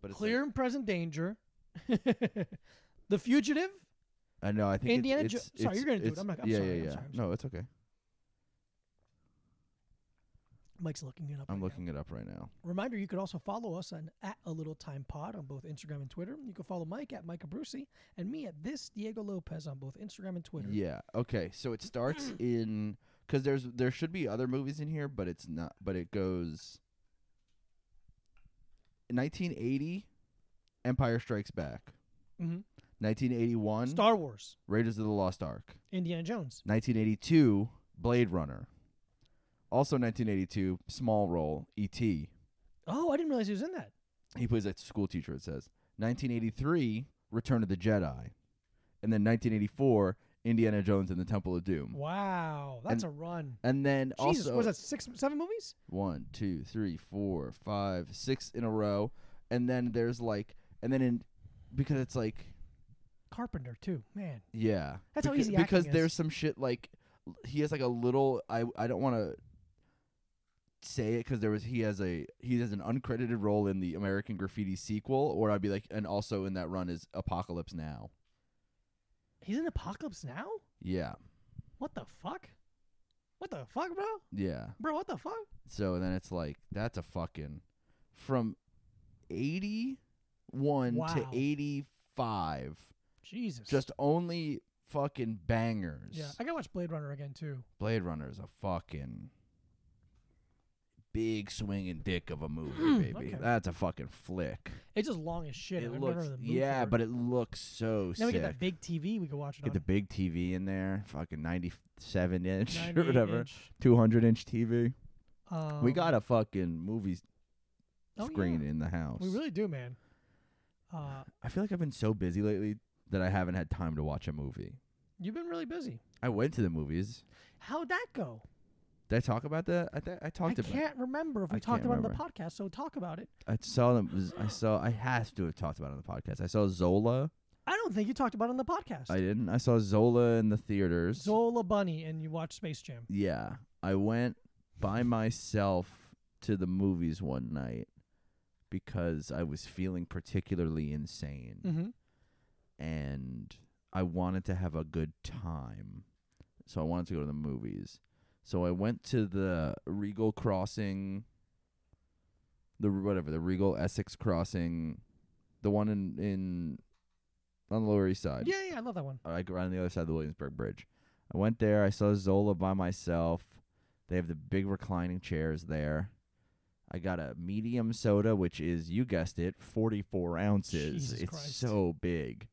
S1: but it's like-
S2: clear and present danger. <laughs> the Fugitive.
S1: i know i think it-
S2: Indiana
S1: it's,
S2: Jo-
S1: it's,
S2: sorry, you're gonna do it.
S1: it's-
S2: I'm not- I'm
S1: yeah
S2: sorry,
S1: yeah
S2: I'm
S1: yeah
S2: sorry, I'm
S1: no it's okay
S2: Mike's looking it up.
S1: i'm
S2: right
S1: looking it up right now
S2: Now. Reminder: You could also follow us on at a little time pod on both Instagram and Twitter. You can follow Mike at Micah Brucey and me at this Diego Lopez on both Instagram and Twitter.
S1: Yeah. Okay. So it
S2: <clears throat>
S1: starts in because there's there should be other movies in here, but it's not. But it goes 1980, Empire Strikes Back.
S2: Mhm.
S1: 1981,
S2: Star Wars,
S1: Raiders of the Lost Ark.
S2: Indiana Jones.
S1: 1982, Blade Runner. Also 1982, small role, E.T.
S2: Oh, I didn't realize he was in that.
S1: He plays a school teacher. It says 1983, Return of the Jedi, and then 1984, Indiana Jones and the Temple of Doom.
S2: Wow, that's
S1: And
S2: a run.
S1: And then
S2: Jesus,
S1: also
S2: was that six, seven movies?
S1: one, two, three, four, five, six in a row, and then there's like, and then in because it's like,
S2: Carpenter too, man.
S1: yeah,
S2: That's how
S1: Beca-
S2: easy acting
S1: because
S2: is.
S1: there's some shit like l- he has like a little. I I don't want to say it because there was he has a he has an uncredited role in the American Graffiti sequel, or I'd be like, and also in that run is Apocalypse Now.
S2: He's in Apocalypse Now.
S1: Yeah,
S2: What the fuck? What the fuck, bro?
S1: yeah.
S2: Bro, what the fuck?
S1: So then it's like that's a fucking from eighty one to
S2: Wow.
S1: eighty five.
S2: Jesus.
S1: just only fucking bangers.
S2: yeah. I gotta watch Blade Runner again too.
S1: Blade Runner is a fucking big swinging dick of a movie, baby.
S2: Hmm. Okay.
S1: That's a fucking flick.
S2: It's just long as shit.
S1: it
S2: I've never
S1: looks,
S2: heard of the movie
S1: yeah,
S2: for it.
S1: but it looks so
S2: now
S1: sick.
S2: we get that big TV. We can watch it
S1: Get the
S2: on.
S1: big TV in there, fucking ninety-seven inch <laughs> or
S2: 98
S1: whatever,
S2: inch.
S1: two hundred inch TV. we
S2: Um,
S1: got a fucking movie s-
S2: oh,
S1: screen
S2: yeah.
S1: in the house.
S2: We really do, man. Uh,
S1: I feel like I've been so busy lately that I haven't had time to watch a movie.
S2: you've been really busy.
S1: I went to the movies.
S2: How'd that go?
S1: Did I talk about that? I, th- I
S2: I
S1: talked about.
S2: can't remember if we
S1: I
S2: talked
S1: can't
S2: about it on
S1: remember.
S2: the podcast. So talk about it.
S1: I saw them. was- I saw. I have to have talked about it on the podcast. I saw Zola.
S2: I don't think you talked about it on the podcast.
S1: I didn't. I saw Zola in the theaters.
S2: Zola Bunny and you watch Space Jam.
S1: Yeah, I went by myself to the movies one night because I was feeling particularly insane,
S2: Mm-hmm.
S1: and I wanted to have a good time. So I wanted to go to the movies. So I went to the Regal Crossing the whatever, the Regal Essex Crossing, the one in in on the Lower East Side.
S2: Yeah, yeah, I love that one.
S1: I go on the other side of the Williamsburg Bridge. I went there. I saw Zola by myself. They have the big reclining chairs there. I got a medium soda, which is you guessed it, forty-four ounces.
S2: Jesus
S1: it's
S2: Christ.
S1: so big.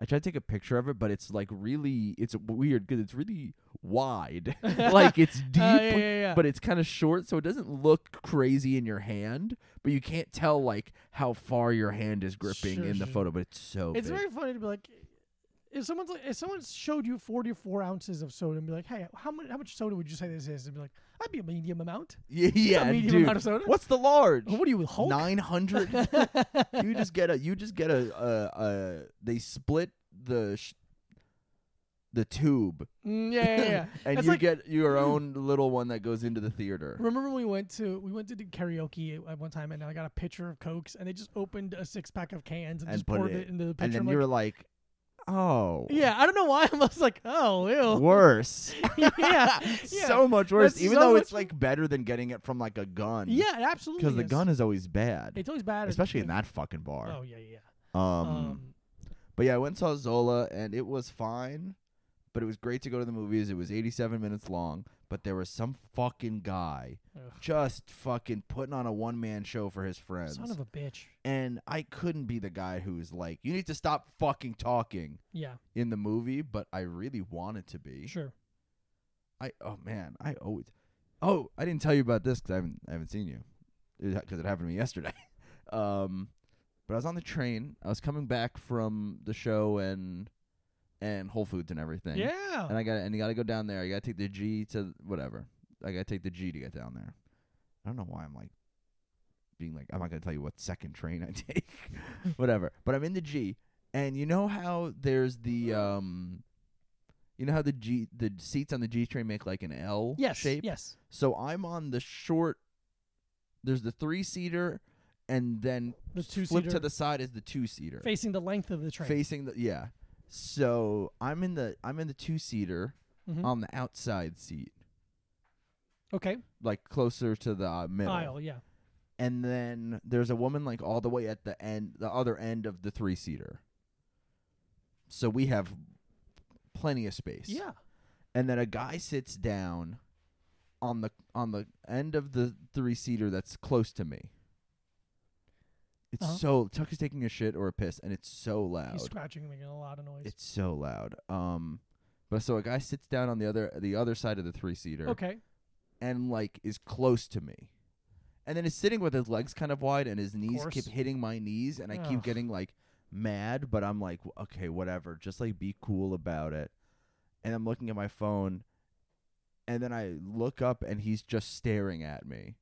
S1: I tried to take a picture of it, but it's like really, it's weird because it's really
S2: <laughs>
S1: wide, like it's deep,
S2: Uh, yeah, yeah, yeah.
S1: but it's kind of short, so it doesn't look crazy in your hand. But you can't tell like how far your hand is gripping
S2: Sure,
S1: in the
S2: sure.
S1: photo. But it's so
S2: it's
S1: big.
S2: very funny to be like, if someone's like, if someone showed you 44 ounces of soda and be like, hey, how much how much soda would you say this is? And be like, I'd be a medium amount.
S1: <laughs> yeah, yeah,
S2: medium
S1: dude.
S2: amount of soda.
S1: What's the large?
S2: What are you, Hulk?
S1: Nine
S2: <laughs>
S1: hundred. you just get a. You just get a. a, a they split the. Sh- the tube,
S2: Mm, yeah, yeah,
S1: <laughs>
S2: yeah.
S1: and
S2: That's
S1: you
S2: like- Hmm.
S1: get your own little one that goes into the theater.
S2: Remember when we went to we went to do karaoke at one time and I got a pitcher of cokes and they just opened a six pack of cans and,
S1: And
S2: just
S1: put
S2: poured
S1: it
S2: it, into the pitcher.
S1: and then
S2: I'm
S1: you were
S2: like,
S1: like, "Oh,
S2: yeah, I don't know why <laughs> I was like, oh, ew.
S1: worse."
S2: yeah, <laughs> yeah,
S1: <laughs> so much worse.
S2: That's
S1: even
S2: so
S1: though
S2: much
S1: it's like better than getting it from like a gun.
S2: yeah, it absolutely.
S1: because the
S2: is.
S1: gun is always bad,
S2: it's always bad,
S1: especially in
S2: like-
S1: that fucking bar.
S2: Oh yeah, yeah.
S1: Um,
S2: Um,
S1: but yeah, I went and saw Zola, and it was fine. But it was great to go to the movies. It was 87 minutes long, but there was some fucking guy
S2: ugh,
S1: just fucking putting on a one man show for his friends,
S2: son of a bitch.
S1: and I couldn't be the guy who's like, "You need to stop fucking talking."
S2: Yeah,
S1: In the movie, but I really wanted to be.
S2: sure.
S1: I oh man, I always. Oh, I didn't tell you about this because I haven't I haven't seen you, because it happened to me <laughs> yesterday. um, but I was on the train. I was coming back from the show and and Whole Foods and everything.
S2: Yeah.
S1: And I got to and you got to go down there. You got to take the G to whatever. I got to take the G to get down there. I don't know why I'm like being like I'm not gonna tell you what second train I <laughs> take, whatever. But I'm in the G, and you know how there's the um, you know how the G the seats on the G train make like an L
S2: yes.
S1: shape.
S2: Yes.
S1: So I'm on the short. There's the three seater, and then
S2: The
S1: flip
S2: two-seater.
S1: to the side is the two seater
S2: Facing the length of the train.
S1: facing the yeah. So I'm in the I'm in the two seater
S2: Mhm.
S1: on the outside seat,
S2: okay.
S1: like closer to the uh, middle.
S2: Aisle. Yeah.
S1: and then there's a woman like all the way at the end the other end of the three seater so we have plenty of space
S2: Yeah.
S1: and then a guy sits down on the on the end of the three seater that's close to me it's
S2: Uh-huh.
S1: so tucker's taking a shit or a piss and it's so loud
S2: He's scratching, making a lot of noise.
S1: it's so loud um but so a guy sits down on the other the other side of the three seater
S2: okay.
S1: and like is close to me. And then is sitting with his legs kind of wide and his knees
S2: course.
S1: keep hitting my knees and I keep
S2: Ugh.
S1: getting like mad, but I'm like, "W- okay, whatever. Just like be cool about it. And I'm looking at my phone and then I look up and he's just staring at me.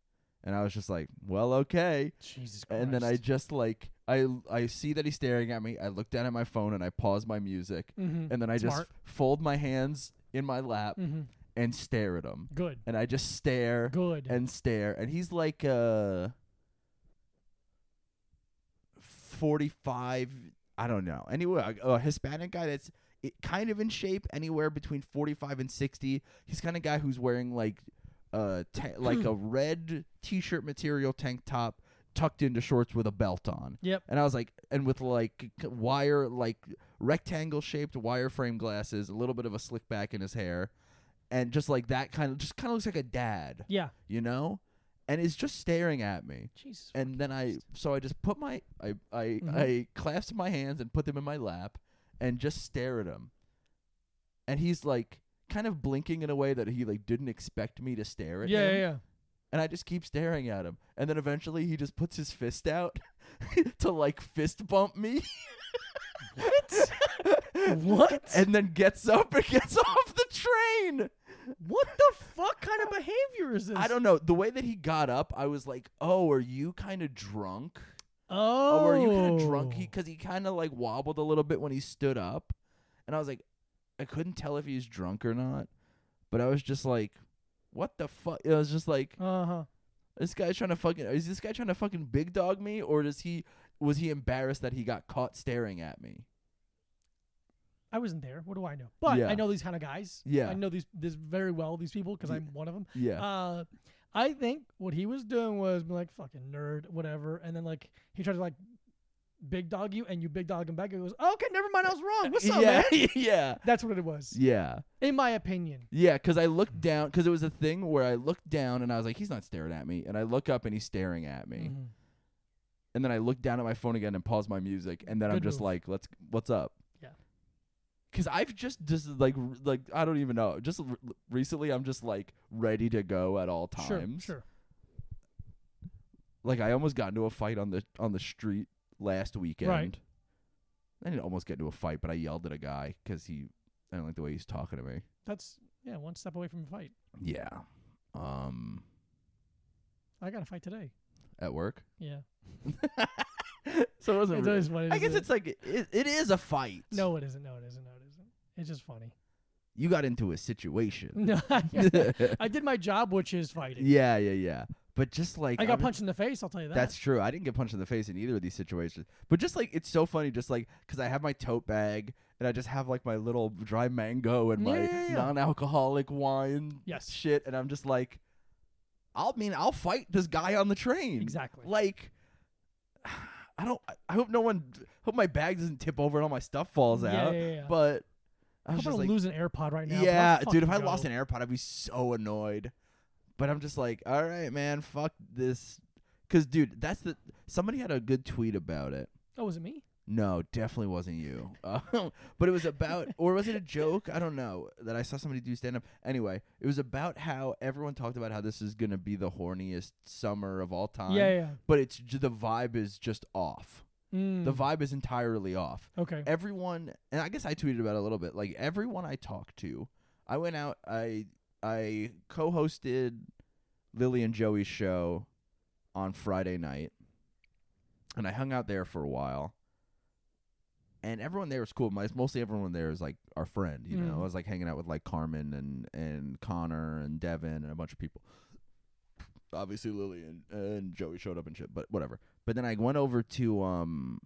S1: And I was just like, well, okay.
S2: Jesus Christ.
S1: And then I just like I I see that he's staring at me. I look down at my phone and I pause my music
S2: Mhm.
S1: and then I
S2: Smart.
S1: just fold my hands in my lap
S2: Mhm.
S1: and stare at him.
S2: Good.
S1: And I just stare
S2: Good.
S1: and stare. And he's like uh forty five. I don't know. Anyway, a, a Hispanic guy that's i kind of in shape, anywhere between forty five and sixty. He's kind of guy who's wearing like uh
S2: <clears throat>
S1: ta- like a red t shirt material tank top tucked into shorts with a belt on.
S2: Yep.
S1: And I was like, and with like c- wire, like rectangle shaped wireframe glasses, a little bit of a slick back in his hair, and just like that kind of, just kind of looks like a dad
S2: Yeah.
S1: you know and is just staring at me
S2: Jesus.
S1: and then i so i just put my i i
S2: Mm-hmm.
S1: i clasped my hands and put them in my lap and just stare at him and he's like kind of blinking in a way that he like didn't expect me to stare at
S2: yeah,
S1: him
S2: yeah, yeah.
S1: and i just keep staring at him and then eventually he just puts his fist out <laughs> to like fist bump me <laughs> what
S2: What?
S1: and then gets up and gets <laughs> off the train
S2: What the fuck kind of behavior is this?
S1: I don't know. The way that he got up, I was like, "Oh, are you kind of drunk?
S2: Oh,
S1: Or are you kind of drunk?" He because he kind of like wobbled a little bit when he stood up, and I was like, I couldn't tell if he was drunk or not, but I was just like, "What the fuck?" I was just like,
S2: Uh huh.
S1: "This guy's trying to fucking is this guy trying to fucking big dog me, or does he was he embarrassed that he got caught staring at me?"
S2: I wasn't there. What do I know? But
S1: Yeah.
S2: I know these kind of guys.
S1: Yeah.
S2: I know these this very well. These people because
S1: Ye-
S2: I'm one of them.
S1: Yeah. <laughs>
S2: Uh, I think what he was doing was being like fucking nerd, whatever, and then like he tried to like big dog you, and you big dog him back. And he goes, okay, never mind, I was wrong. What's up,
S1: yeah,
S2: man?
S1: <laughs> yeah.
S2: That's what it was,
S1: Yeah.
S2: in my opinion.
S1: Yeah, because I looked down, because it was a thing where I looked down and I was like, he's not staring at me. And I look up and he's staring at me.
S2: Mhm.
S1: And then I look down at my phone again and pause my music. And then I'm
S2: Good
S1: just
S2: move.
S1: like, let's, what's up?
S2: Yeah.
S1: Because I've just, just like, r- like, I don't even know. Just r- recently, I'm just like ready to go at all times.
S2: Mm-hmm. Sure, sure.
S1: Like, I almost got into a fight on the, on the street last weekend. I didn't almost get into a fight, but I yelled at a guy because he, I don't like the way he's talking to me.
S2: That's yeah, one step away from a fight.
S1: Yeah. Um,
S2: I got a fight today.
S1: at work.
S2: Yeah,
S1: so it wasn't.
S2: it's
S1: Really,
S2: always funny.
S1: I guess
S2: isn't
S1: it's like it, it is a fight.
S2: it? no, it isn't. No, it isn't. No, it isn't. It's
S1: <laughs>
S2: just funny. <laughs>
S1: you got into a situation. <laughs>
S2: No, I-
S1: yeah,
S2: I did my job, which is fighting.
S1: yeah, yeah. But just like
S2: I got
S1: I'm-
S2: punched in the face. I'll tell you that.
S1: That's true. I didn't get punched in the face in either of these situations. But just like it's so funny, just like because I have my tote bag and I just have like my little dry mango and my
S2: Yeah, yeah, yeah.
S1: non-alcoholic wine
S2: Yes.
S1: shit, and I'm just like, I'll mean I'll fight this guy on the train.
S2: Exactly.
S1: Like, <sighs> I don't. I- I hope no one. Hope my bag doesn't tip over and all my stuff falls
S2: Yeah,
S1: out.
S2: yeah, yeah, yeah.
S1: But I
S2: I'm
S1: was
S2: gonna
S1: just like,
S2: lose an AirPod right now. but I'll
S1: yeah, dude. If I
S2: fucking
S1: lost
S2: go.
S1: an AirPod, I'd be so annoyed. But I'm just like, all right, man, fuck this. Cause, dude, that's the somebody had a good tweet about it.
S2: oh, was it me?
S1: No, definitely wasn't you. <laughs> Um, but it was about, or was it a joke? I don't know that I saw somebody do stand up. Anyway, it was about how everyone talked about how this is gonna be the horniest summer of all time.
S2: yeah, yeah.
S1: But it's j- the vibe is just off.
S2: yeah. Mm,
S1: The vibe is entirely off
S2: Okay.
S1: everyone and i guess i tweeted about it a little bit like everyone i talked to i went out i i co-hosted lily and joey's show on friday night and i hung out there for a while and everyone there was cool My, mostly everyone there was like our friend you know
S2: Mm.
S1: i was like hanging out with like carmen and and connor and devin and a bunch of people obviously lily and, and joey showed up and shit but whatever but then i went over to um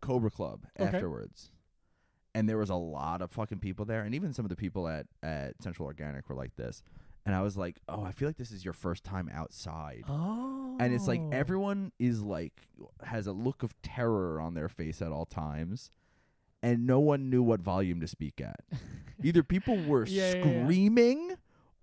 S1: Cobra Club
S2: Okay.
S1: afterwards. And there was a lot of fucking people there. And even some of the people at, at Central Organic were like this. And I was like, oh, I feel like this is your first time outside.
S2: Oh.
S1: And it's like everyone is like, has a look of terror on their face at all times. And no one knew what volume to speak
S2: <laughs>
S1: at. Either people were
S2: Yeah, yeah, yeah.
S1: screaming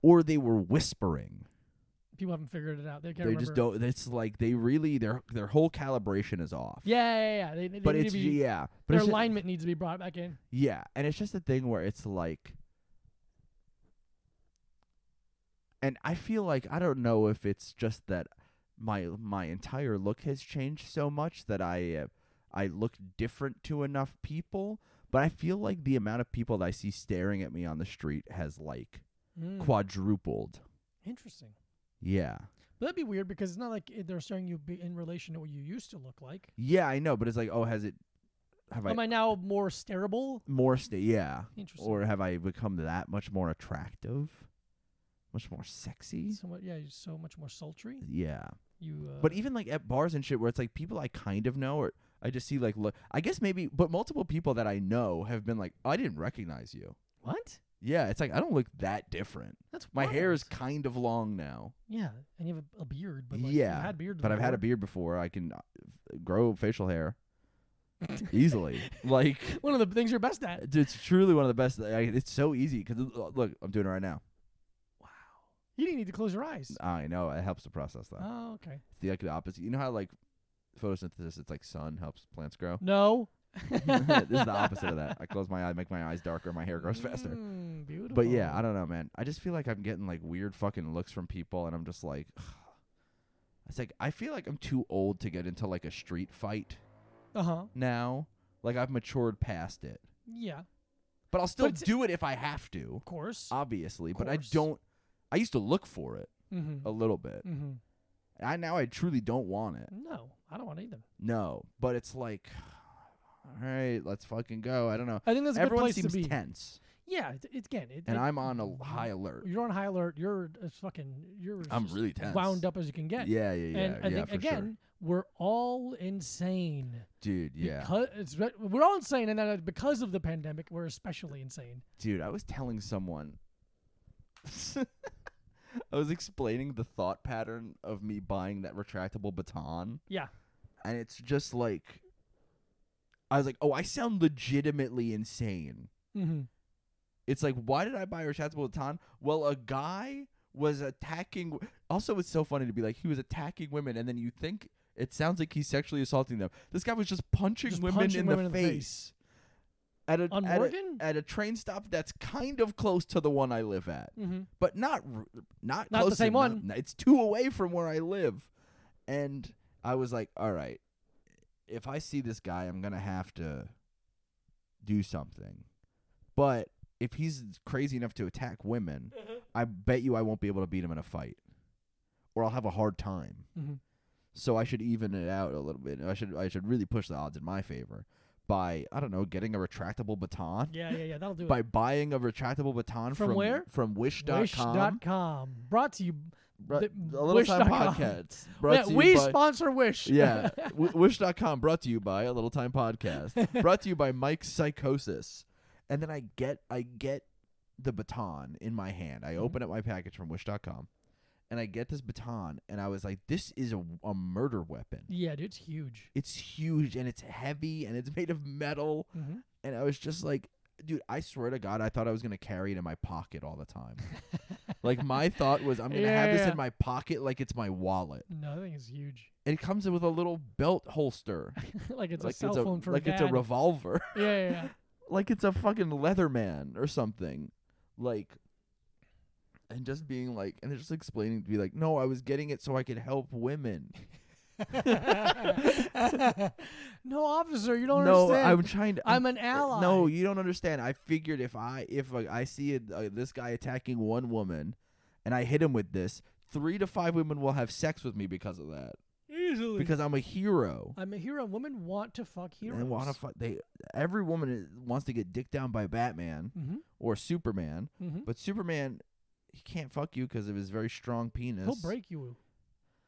S1: or they were whispering.
S2: Oh. people haven't figured it out. They,
S1: They
S2: can't remember.
S1: just don't, it's like they really, their, their whole calibration is off.
S2: Yeah, yeah, yeah. They, they
S1: But
S2: need
S1: it's,
S2: to be,
S1: yeah. But
S2: their
S1: it's ju-
S2: alignment needs to be brought back in.
S1: Yeah, and it's just a thing where it's like and I feel like I don't know if it's just that my my entire look has changed so much that I uh, I look different to enough people, but I feel like the amount of people that I see staring at me on the street has like
S2: Mm,
S1: quadrupled.
S2: Interesting.
S1: Yeah.
S2: But that'd be weird because it's not like it- they're starting you be in relation to what you used to look like.
S1: Yeah, I know, but it's like, oh, has it have I
S2: Am I now more stareable?
S1: more sta yeah,
S2: Interesting.
S1: or have I become that much more attractive? Much more sexy?
S2: so much, yeah, you're so much more sultry.
S1: Yeah.
S2: You. Uh,
S1: But even like at bars and shit where it's like people I kind of know or I just see like look I guess maybe but multiple people that I know have been like, I didn't recognize you.
S2: what?
S1: Yeah, it's like I don't look that different.
S2: That's
S1: My hair is
S2: wild.
S1: kind of long now.
S2: Yeah, and you have a, a beard, but like,
S1: Yeah,
S2: you've had beards
S1: But I've had a
S2: before.
S1: beard before. I can uh, f- grow facial hair
S2: <laughs>
S1: easily. like
S2: One of the things you're best at.
S1: it's- it's truly one of the best. I, it's so easy cuz look, I'm doing it right now.
S2: Wow. You didn't need to close your eyes.
S1: I know it helps the process though.
S2: Oh, okay.
S1: It's the, like the opposite. You know how like photosynthesis it's like sun helps plants
S2: <laughs>
S1: grow? <laughs>
S2: No.
S1: this is the opposite of that. I close my eye, make my eyes darker, my hair grows faster.
S2: Mm, beautiful.
S1: But yeah, I don't know, man. I just feel like I'm getting like weird fucking looks from people, and I'm just like, <sighs> it's like I feel like I'm too old to get into like a street fight
S2: Uh huh.
S1: now. Like I've matured past it,
S2: Yeah, of
S1: but I'll still
S2: it's-
S1: do it if I have to,
S2: course.
S1: obviously. But I
S2: Course.
S1: don't. I used to look for it
S2: mm-hmm.
S1: a little bit.
S2: mm-hmm.
S1: I now I truly don't want it.
S2: No, I don't want either.
S1: No, but it's like, <sighs> all right, let's fucking go. I don't know.
S2: I think that's a
S1: Everyone
S2: good place
S1: seems
S2: to be.
S1: tense,
S2: Yeah, it, it's again. It,
S1: and
S2: it-
S1: I'm on a high alert.
S2: You're on high alert. You're as fucking. You're.
S1: I'm
S2: as
S1: really tense.
S2: wound up as you can get.
S1: Yeah, yeah, yeah.
S2: and I
S1: yeah,
S2: think
S1: for
S2: again,
S1: sure.
S2: we're all in insane.
S1: dude. Yeah,
S2: Because it's, we're all insane, and then because of the pandemic, we're especially insane.
S1: dude. I was telling someone. <laughs> I was explaining the thought pattern of me buying that retractable baton,
S2: Yeah.
S1: and it's just like. I was like, oh, I sound legitimately insane.
S2: Mm-hmm.
S1: It's like, why did I buy a retractable baton? Well, a guy was attacking. w- Also, it's so funny to be like, he was attacking women, and then you think it sounds like he's sexually assaulting them. This guy was just punching
S2: Just
S1: women,
S2: punching
S1: in,
S2: women
S1: the
S2: in the
S1: face. At a,
S2: On
S1: at, a,
S2: Morgan?
S1: at a train stop that's kind of close to the one I live at,
S2: Mm-hmm.
S1: but not r- not
S2: Not the
S1: close
S2: same
S1: enough.
S2: one.
S1: N- It's two away from where I live, and I was like, all right, if I see this guy, I'm gonna have to do something. But if he's crazy enough to attack women, I bet you I won't be able to beat him in a fight, or I'll have a hard time.
S2: Mm-hmm.
S1: So I should even it out a little bit. I should I should really push the odds in my favor by I don't know getting a retractable baton
S2: Yeah, yeah, yeah. That'll do
S1: by
S2: it.
S1: buying a retractable baton
S2: From
S1: from,
S2: where?
S1: From wish.com.
S2: Wish.com. Brought to you.
S1: Bru-
S2: the-
S1: a little
S2: wish
S1: time
S2: dot com.
S1: podcast.
S2: <laughs> Yeah,
S1: Brought to you
S2: we
S1: by,
S2: sponsor
S1: <laughs>
S2: Wish. <laughs>
S1: yeah, w- wish.com brought to you by a little time
S2: <laughs>
S1: podcast. brought to you by Mike Psychosis. And then I get I get the baton in my hand.
S2: Mm-hmm.
S1: I open up my package from wish.com and I get this baton and I was like this is a, a murder weapon.
S2: yeah, dude, it's huge.
S1: It's huge and it's heavy and it's made of metal
S2: Mm-hmm.
S1: and I was just like, dude, I swear to God, I thought I was gonna carry it in my pocket all the
S2: <laughs>
S1: time. like my thought was, I'm gonna have this
S2: Yeah.
S1: in my pocket like it's my wallet.
S2: No, I think it's huge. <laughs>
S1: And it comes with a little belt holster,
S2: like it's
S1: like
S2: a cell
S1: it's a
S2: phone for
S1: like
S2: a
S1: it's a
S2: dad.
S1: revolver, <laughs>
S2: yeah, yeah, <laughs> yeah.
S1: like it's a fucking Leatherman or something, like. And just being like, and they're just explaining to be like, no, I was getting it so I could help women.
S2: <laughs> no, officer, you don't
S1: no,
S2: understand.
S1: I'm trying to.
S2: I'm an ally.
S1: No, you don't understand. I figured if I if uh, I see a, uh, this guy attacking one woman, and I hit him with this, three to five women will have sex with me because of that.
S2: easily.
S1: Because I'm a hero.
S2: I'm a hero. Women want to fuck heroes.
S1: They want to fu- They every woman is- wants to get dicked down by Batman
S2: Mm-hmm.
S1: or Superman,
S2: Mm-hmm.
S1: but Superman he can't fuck you because of his very strong penis.
S2: He'll break you.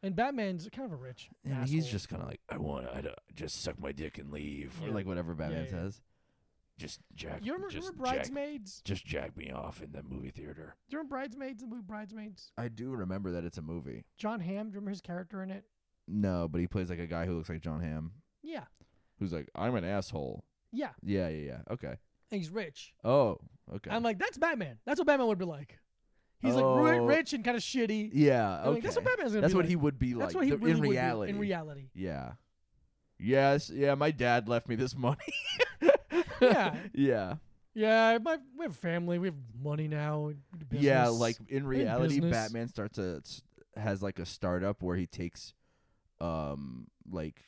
S2: And Batman's kind of a rich.
S1: And
S2: asshole.
S1: he's just kind of like, I want to just suck my dick and leave, or
S2: Yeah.
S1: like whatever Batman
S2: yeah.
S1: says. Just jack.
S2: You remember,
S1: just
S2: remember
S1: jack-
S2: Bridesmaids?
S1: Just jack me off in the movie theater.
S2: Do you remember Bridesmaids? The movie Bridesmaids.
S1: I do remember that it's a movie.
S2: John Hamm. Do you remember his character in it?
S1: No, but he plays like a guy who looks like John Hamm,
S2: Yeah,
S1: who's like, I'm an asshole.
S2: yeah.
S1: Yeah, yeah, yeah. Okay.
S2: And he's rich.
S1: Oh, okay.
S2: I'm like, that's Batman. That's what Batman would be like. He's like ri-
S1: Oh.
S2: rich and kind of shitty.
S1: yeah,
S2: I'm
S1: okay.
S2: like, that's what Batman's gonna
S1: That's
S2: be
S1: what
S2: like.
S1: he would be like.
S2: That's what he
S1: the-
S2: really
S1: in
S2: would be
S1: reality.
S2: in reality.
S1: Yeah. Yes. Yeah. My dad left me this money. <laughs>
S2: Yeah.
S1: yeah.
S2: Yeah, my we have family. We have money now. business.
S1: Yeah. Like in reality,
S2: business.
S1: Batman starts a s- has like a startup where he takes, um, like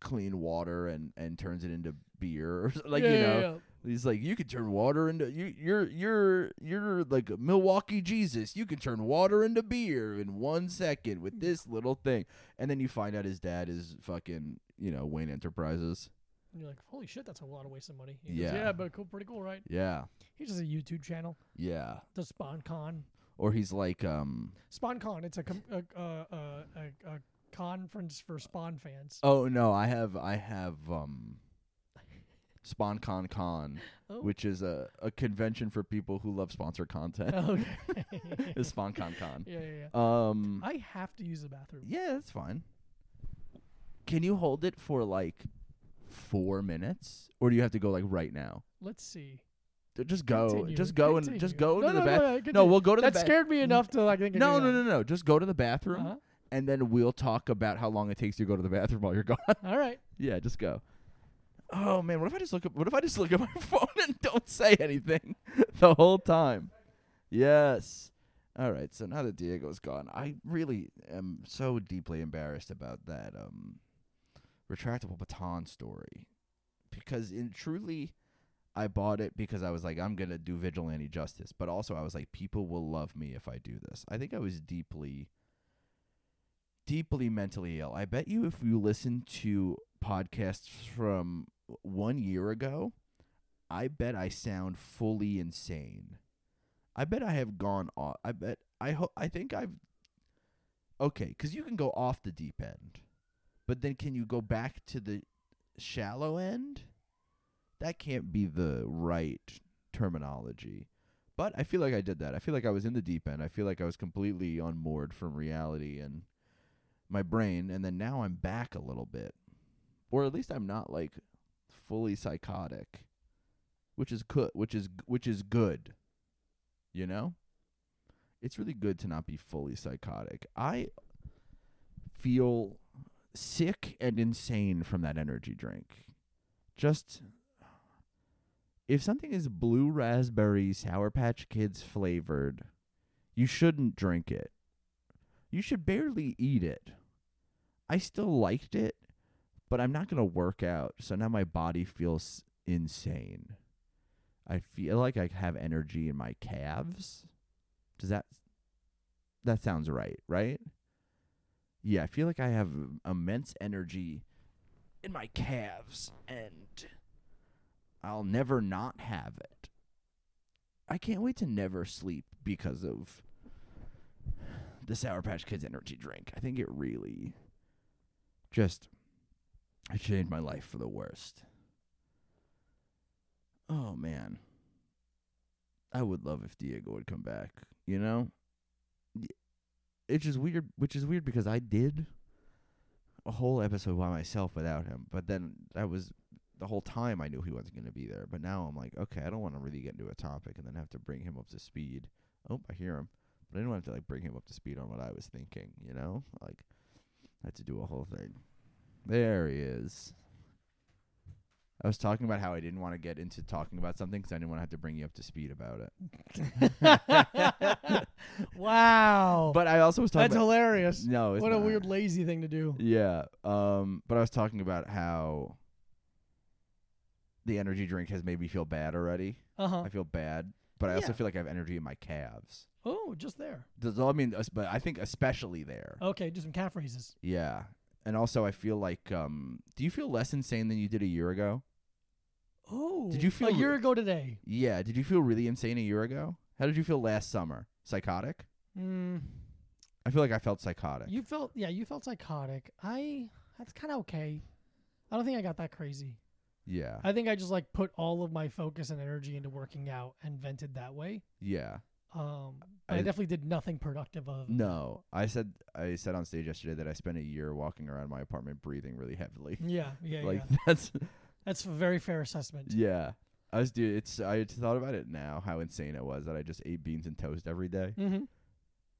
S1: clean water and and turns it into beer or like
S2: Yeah,
S1: you
S2: yeah,
S1: know
S2: yeah.
S1: He's like, you could turn water into you. You're you're you're like a Milwaukee Jesus. You can turn water into beer in one second
S2: Mm.
S1: with this little thing. And then you find out his dad is fucking you know Wayne Enterprises.
S2: And you're like, holy shit, that's a lot of waste of money. He goes,
S1: Yeah.
S2: yeah, but cool, pretty cool, right?
S1: Yeah,
S2: He just has a YouTube channel,
S1: yeah.
S2: the Spawn Con.
S1: Or he's like, um,
S2: Spawn Con. It's a com- a, a, a, a, a conference for Spawn fans.
S1: oh no, I have I have um, Spawn Con Con,
S2: <laughs> Oh.
S1: which is a a convention for people who love sponsor
S2: <laughs>
S1: content.
S2: okay.
S1: Oh. <laughs> Is Spawn Con Con.
S2: <laughs> yeah, yeah, yeah.
S1: Um,
S2: I have to use the bathroom.
S1: Yeah, that's fine. Can you hold it for like four minutes, or do you have to go like right now?
S2: Let's see.
S1: D- Just go,
S2: Continue,
S1: just go and just go
S2: continue. No,
S1: to the
S2: no,
S1: bath.
S2: no,
S1: No,
S2: no, continue.
S1: we'll go to
S2: That
S1: the bathrook.
S2: scared me enough to like think. I
S1: No,
S2: could
S1: no,
S2: do
S1: no,
S2: that.
S1: no. Just go to the bathroom,
S2: Uh-huh.
S1: and then we'll talk about how long it takes to go to the bathroom while you're gone.
S2: Uh-huh.
S1: <laughs>
S2: All right.
S1: yeah, just go. Oh man, what if I just look up? What if I just look at my <laughs> phone and don't say anything <laughs> the whole time? Yes. All right. So now that Diego's gone, I really am so deeply embarrassed about that um, retractable baton story because in truly, I bought it because I was like, I'm gonna do vigilante justice, but also I was like, people will love me if I do this. I think I was deeply, deeply mentally ill. I bet you if you listen to podcasts from one year ago, I bet I sound fully insane. I bet I have gone off. I bet I hope. I think I've. Okay, because you can go off the deep end, But then can you go back to the shallow end? That can't be the right terminology. But I feel like I did that. I feel like I was in the deep end. I feel like I was completely unmoored from reality and my brain and then now I'm back a little bit. Or at least I'm not like fully psychotic, which is good, which is which is good. You know? It's really good to not be fully psychotic. I feel sick and insane from that energy drink. Just if something is blue raspberry sour patch kids flavored, you shouldn't drink it. You should barely eat it. I still liked it, but I'm not going to work out, so now my body feels insane. I feel like I have energy in my calves. Does that that sounds right, right? yeah, I feel like I have immense energy in my calves and I'll never not have it. I can't wait to never sleep because of the Sour Patch Kids energy drink. I think it really just it changed my life for the worst. Oh man. I would love if Diego would come back, you know? it's just weird which is weird because I did a whole episode by myself without him. But then that was the whole time I knew he wasn't gonna be there. But now I'm like, okay, I don't want to really get into a topic and then have to bring him up to speed. Oh, I hear him. But I didn't want to like bring him up to speed on what I was thinking, you know? Like I had to do a whole thing. There he is. I was talking about how I didn't want to get into talking about something because I didn't want to have to bring you up to speed about
S2: <laughs>
S1: it. <laughs>
S2: wow.
S1: but I also was talking
S2: That's
S1: about <laughs>
S2: hilarious.
S1: no, it's
S2: what a
S1: not.
S2: weird lazy thing to do.
S1: Yeah. Um, but I was talking about how the energy drink has made me feel bad already.
S2: Uh huh.
S1: I feel bad, but I also
S2: Yeah.
S1: feel like I have energy in my calves.
S2: Oh, just there.
S1: Does all I mean? es- But I think especially there.
S2: Okay, do some calf raises.
S1: Yeah. And also, I feel like. Um, do you feel less insane than you did a year ago?
S2: Oh,
S1: Did you feel
S2: a
S1: re-
S2: year ago today?
S1: Yeah. Did you feel really insane a year ago? How did you feel last summer? Psychotic.
S2: Mm,
S1: I feel like I felt psychotic.
S2: you felt yeah, you felt psychotic. I that's kind of okay. I don't think I got that crazy.
S1: yeah.
S2: I think I just like put all of my focus and energy into working out and vented that way.
S1: Yeah.
S2: Um, but I,
S1: I-
S2: definitely did nothing productive of.
S1: No, I said I said on stage yesterday that I spent a year walking around my apartment breathing really heavily.
S2: Yeah, yeah,
S1: like
S2: yeah.
S1: <laughs> that's
S2: That's a very fair assessment.
S1: yeah. I was dude. It's I just thought about it now how insane it was that I just ate beans and toast every day,
S2: Mm-hmm.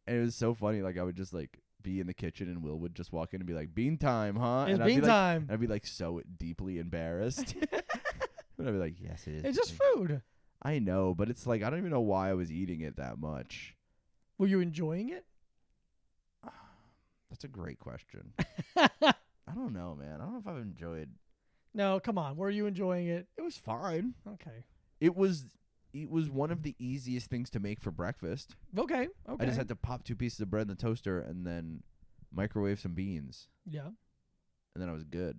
S1: and it was so funny. Like I would just like be in the kitchen and Will would just walk in and be like, "Bean time, huh?"
S2: It's
S1: and I'd
S2: bean
S1: be like,
S2: time.
S1: and I'd be like so deeply
S2: <laughs>
S1: embarrassed, and I'd be like, "Yes, it is."
S2: it's just
S1: bean."
S2: food.
S1: I know, but it's like I don't even know why I was eating it that much.
S2: Were you enjoying it?
S1: That's a great
S2: <laughs>
S1: question. I don't know, man. I don't know if I've enjoyed.
S2: no, come on. Were you enjoying it?
S1: It was fine.
S2: Okay.
S1: It was. It was one of the easiest things to make for breakfast.
S2: Okay. Okay.
S1: I just had to pop two pieces of bread in the toaster and then microwave some beans,
S2: yeah.
S1: and then I was good.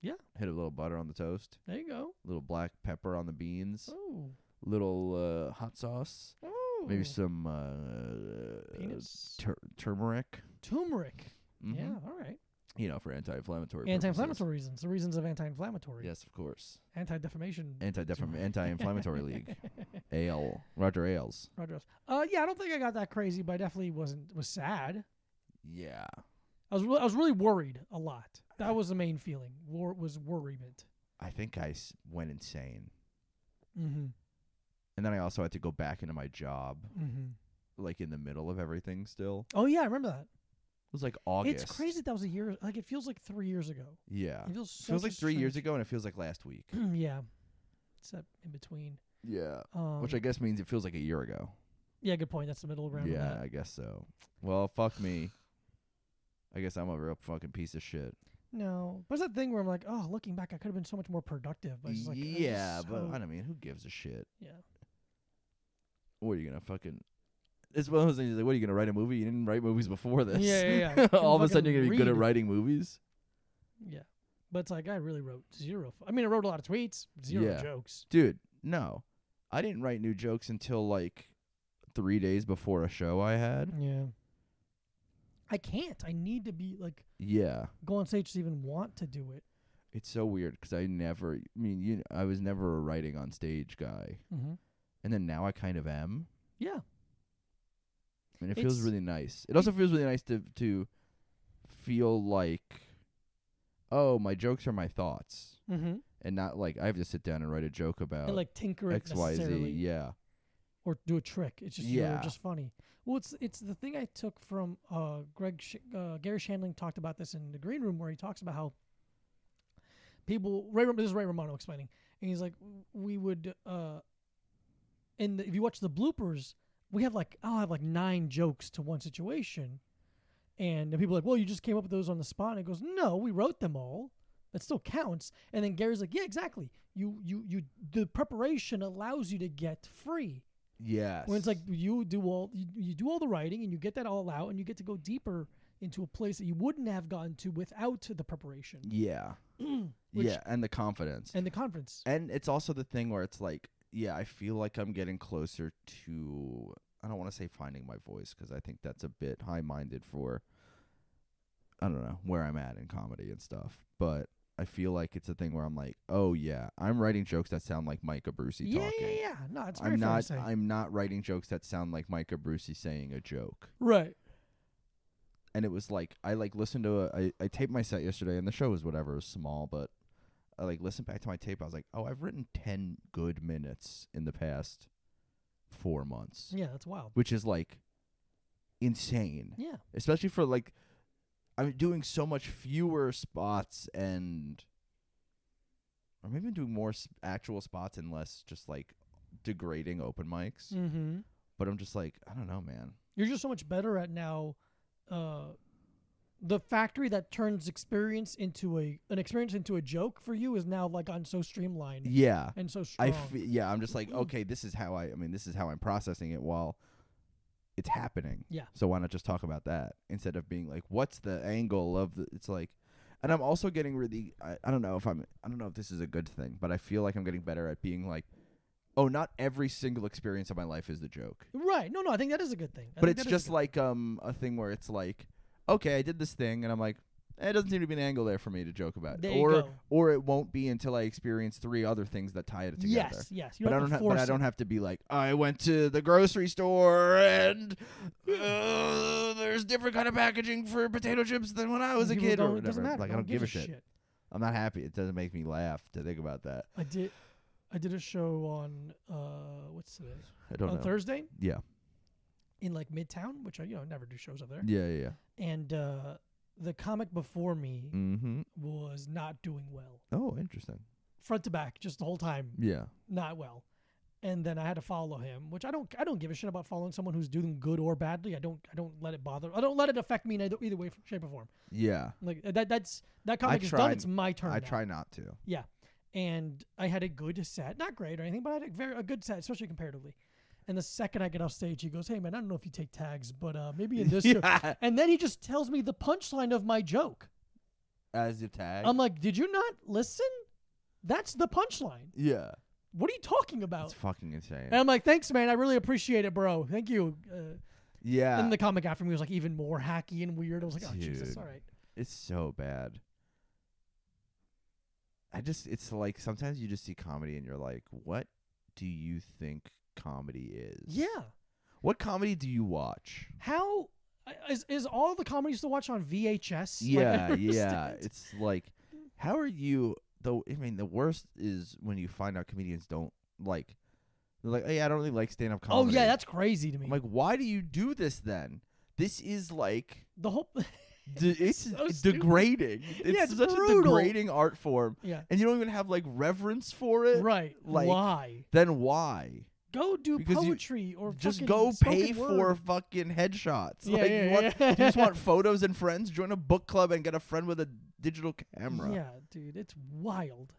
S2: Yeah.
S1: Hit a little butter on the toast,
S2: There you go.
S1: a little black pepper on the beans,
S2: Oh.
S1: little uh, hot sauce,
S2: Oh.
S1: maybe some uh,
S2: penis.
S1: tur- turmeric.
S2: Turmeric.
S1: Mhm.
S2: Yeah. All right.
S1: You know, for anti-inflammatory. purposes.
S2: Anti-inflammatory reasons. The reasons of anti-inflammatory.
S1: Yes, of course.
S2: Anti-defamation.
S1: Anti-defam- anti-inflammatory
S2: <laughs>
S1: league. Ale. Roger Ailes.
S2: Roger. Ailes. Uh, yeah. I don't think I got that crazy, but I definitely wasn't. Was sad.
S1: Yeah.
S2: I was. Re- I was really worried a lot. That was the main feeling. War was worriment.
S1: I think I s- went insane,
S2: Mm-hmm.
S1: and then I also had to go back into my job,
S2: Mm-hmm.
S1: like in the middle of everything. Still,
S2: Oh yeah, I remember that.
S1: it was like August.
S2: It's crazy that was a year. Like it feels like three years ago.
S1: Yeah.
S2: It feels
S1: It
S2: so
S1: feels like three years ago, and it feels like last week.
S2: <clears throat> yeah. It's that in between.
S1: Yeah.
S2: Um,
S1: Which I guess means it feels like a year ago.
S2: yeah, good point. That's the middle ground. of
S1: Yeah,
S2: that.
S1: I guess so. Well, fuck me. I guess I'm a real fucking piece of shit.
S2: No, but it's that thing where I'm like, oh, looking back, I could have been so much more productive. But it's just like, I was
S1: yeah,
S2: just
S1: but
S2: so-
S1: I don't mean, who gives a shit?
S2: yeah,
S1: What are you gonna fucking? It's one of those things. Like, what are you gonna write a movie? You didn't write movies before this.
S2: Yeah, yeah,
S1: <laughs>
S2: yeah.
S1: All of a
S2: Fucking
S1: sudden, you're gonna be good at
S2: read.
S1: writing movies.
S2: yeah. But it's like I really wrote zero. I mean, I wrote a lot of tweets, zero
S1: Yeah.
S2: jokes.
S1: dude no i didn't write new jokes until like three days before a show i had
S2: Yeah. I can't. I need to be like
S1: Yeah.
S2: go on stage to even want to do it.
S1: It's so weird 'cause I never, I mean, you, I was never a writing on stage guy,
S2: Mm-hmm.
S1: and then now I kind of am,
S2: Yeah.
S1: and it feels
S2: It's-
S1: really nice. It also feels really nice to to feel like, oh, my jokes are my thoughts,
S2: Mm-hmm.
S1: and not like I have to sit down and write a joke about
S2: and like tinker it
S1: X, Y, Z.
S2: necessarily
S1: Yeah,
S2: or do a trick. It's just you're
S1: Yeah.
S2: just funny. Well, it's it's the thing I took from uh, Greg Sh- uh, Gary Shandling talked about this in the green room where he talks about how people Ray Ram- this is Ray Romano explaining and he's like we would uh, and if you watch the bloopers we have like I'll have like nine jokes to one situation and the people are like well you just came up with those on the spot and it goes no we wrote them all that still counts and then Gary's like yeah exactly you you you the preparation allows you to get free
S1: yes.
S2: when it's like you do all you, you do all the writing and you get that all out and you get to go deeper into a place that you wouldn't have gotten to without the preparation
S1: yeah,
S2: which-
S1: yeah, and the confidence,
S2: <clears throat> and the conference.
S1: and it's also the thing where it's like, yeah, I feel like I'm getting closer to. I don't want to say finding my voice 'cause I think that's a bit high minded for. I don't know where I'm at in comedy and stuff, but I feel like it's a thing where I'm like, oh yeah, I'm writing jokes that sound like Micah Brucey
S2: Yeah,
S1: talking.
S2: yeah, yeah. No, it's very
S1: I'm
S2: fair to
S1: not.
S2: say.
S1: I'm not writing jokes that sound like Micah Brucey saying a joke.
S2: right.
S1: and it was like I like listened to a, I, I taped my set yesterday and the show was whatever it was small but I like listened back to my tape I was like oh I've written 10 good minutes in the past 4 months
S2: Yeah, that's wild.
S1: which is like insane
S2: Yeah,
S1: especially for like I'm doing so much fewer spots and or maybe I'm doing more s actual spots and less just like degrading open mics
S2: mm-hmm.
S1: but I'm just like I don't know man
S2: you're just so much better at now. Uh, the factory that turns experience into a an experience into a joke for you is now like on so streamlined
S1: yeah
S2: and so strong.
S1: I f- yeah, I'm just like,
S2: Mm-hmm.
S1: okay, this is how I. I mean, this is how I'm processing it while it's happening.
S2: Yeah.
S1: So why not just talk about that instead of being like, what's the angle of the? It's like, and I'm also getting really. I, I don't know if I'm. I don't know if this is a good thing, but I feel like I'm getting better at being like, oh, not every single experience of my life is the joke.
S2: right? No, no, I think that is a good thing. I
S1: but
S2: think
S1: it's
S2: that is a
S1: just
S2: good-
S1: like um a thing where it's like, okay, I did this thing, and I'm like. eh, It doesn't seem to be an angle there for me to joke about,
S2: There you
S1: or
S2: go.
S1: or it won't be until I experience three other things that tie it together
S2: yes, yes. You
S1: but I
S2: have
S1: don't.
S2: to
S1: Ha-
S2: force
S1: but I
S2: it.
S1: don't have to be like I went to the grocery store and uh, there's different kind of packaging for potato chips than when I was a
S2: People
S1: kid
S2: don't-
S1: or
S2: it doesn't
S1: whatever.
S2: matter.
S1: Like I don't give, a shit.
S2: shit.
S1: I'm not happy. It doesn't make me laugh to think about that.
S2: I did. I did a show on uh, what's today?
S1: I don't
S2: on
S1: know.
S2: Thursday
S1: yeah.
S2: in like Midtown, which I you know never do shows up there.
S1: Yeah. Yeah.
S2: And uh, the comic before me
S1: yeah. Mm-hmm.
S2: was not doing well,
S1: Oh, interesting.
S2: front to back, just the whole time,
S1: Yeah.
S2: not well. And then I had to follow him, which I don't. I don't give a shit about following someone who's doing good or badly. I don't. I don't let it bother. I don't let it affect me in either, either way, shape, or form.
S1: Yeah.
S2: Like that. That's that comic is done.
S1: try-
S2: It's my turn.
S1: I
S2: now.
S1: try not to.
S2: and I had a good set, not great or anything, but I had a very a good set, especially comparatively. And the second I get off stage, he goes, "Hey man, I don't know if you take tags, but uh, maybe in this."
S1: <laughs>
S2: joke-"
S1: Yeah.
S2: And then he just tells me the punchline of my joke.
S1: As your tag.
S2: I'm like, "Did you not listen? That's the punchline.
S1: yeah.
S2: What are you talking
S1: It's
S2: about?"
S1: fucking insane.
S2: And I'm like, "Thanks, man. I really appreciate it, bro. Thank you." Uh,
S1: yeah.
S2: and the comic after me was like even more hacky and weird. I was like, "Oh Jesus,
S1: Dude.
S2: all right."
S1: It's so bad. I just it's like sometimes you just see comedy and you're like, what do you think comedy is?
S2: Yeah.
S1: What comedy do you watch?
S2: How is is all the comedy you still watch on VHS? <laughs> Like, I
S1: yeah,
S2: don't
S1: yeah.
S2: understand.
S1: It's like how are you though I mean the worst is when you find out comedians don't like they're like, Hey, I don't really like stand up
S2: Oh
S1: comedy.
S2: yeah, that's crazy to me.
S1: I'm like, why do you do this then? This is like
S2: the
S1: <laughs>
S2: whole
S1: d- it's
S2: so stupid.
S1: degrading. It's,
S2: it's
S1: such a
S2: brutal.
S1: degrading art form.
S2: yeah
S1: and you don't even have like reverence for it,
S2: right
S1: Uh, like,
S2: why
S1: then why?
S2: go do
S1: because you-
S2: poetry or
S1: Just
S2: fucking
S1: go pay
S2: spoken
S1: for
S2: word.
S1: fucking headshots.
S2: Yeah,
S1: like
S2: yeah,
S1: you, want,
S2: yeah.
S1: you just
S2: <laughs>
S1: want photos and friends. Join a book club and get a friend with a digital camera.
S2: yeah dude it's wild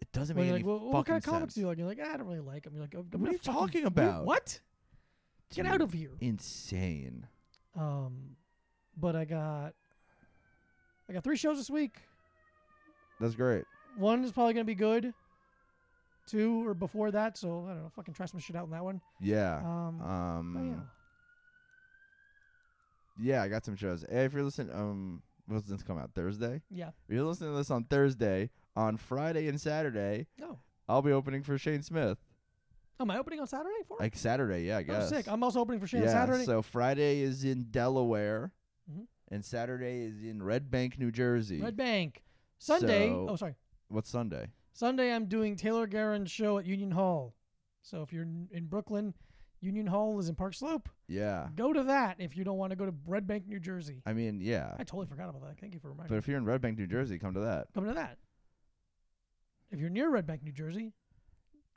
S1: It doesn't
S2: When
S1: make
S2: you're
S1: any
S2: like, well,
S1: fucking
S2: what kind of comics
S1: sense.
S2: do you like you're like "Ah, I don't really like them you're like "I'm
S1: What are
S2: gonna
S1: you
S2: fucking-
S1: talking
S2: Wait,
S1: about?
S2: what get out
S1: Dude,
S2: of here
S1: insane.
S2: um but I got I got three shows this week
S1: That's great.
S2: one is probably gonna be good two or before that so I
S1: Uh,
S2: don't Um, oh,
S1: um,
S2: know fucking try some shit out in that one
S1: Yeah.
S2: um
S1: Um.
S2: but yeah
S1: yeah, I got some shows. If you're listening, um, what's this come out Thursday?
S2: Yeah.
S1: If you're listening to this on Thursday, on Friday and Saturday,
S2: Oh.
S1: I'll be opening for Shane Smith.
S2: Am I opening on Saturday for it?
S1: Like Saturday, yeah, I
S2: oh,
S1: guess.
S2: sick. I'm also opening for Shane
S1: yeah,
S2: on Saturday.
S1: So Friday is in Delaware,
S2: Mhm.
S1: and Saturday is in Red Bank, New Jersey.
S2: Red Bank. Sunday.
S1: So-
S2: oh, sorry.
S1: What's Sunday?
S2: Sunday, I'm doing Taylor Garen's show at Union Hall. So if you're in in Brooklyn, Union Hall is in Park Slope.
S1: Yeah,
S2: Go to that if you don't want to go to Red Bank, New Jersey.
S1: Ah. I mean, yeah.
S2: I totally forgot about that. Thank you for reminding
S1: But
S2: me.
S1: if you're in Red Bank, New Jersey, come to that.
S2: Come to that. If you're near Red Bank, New Jersey,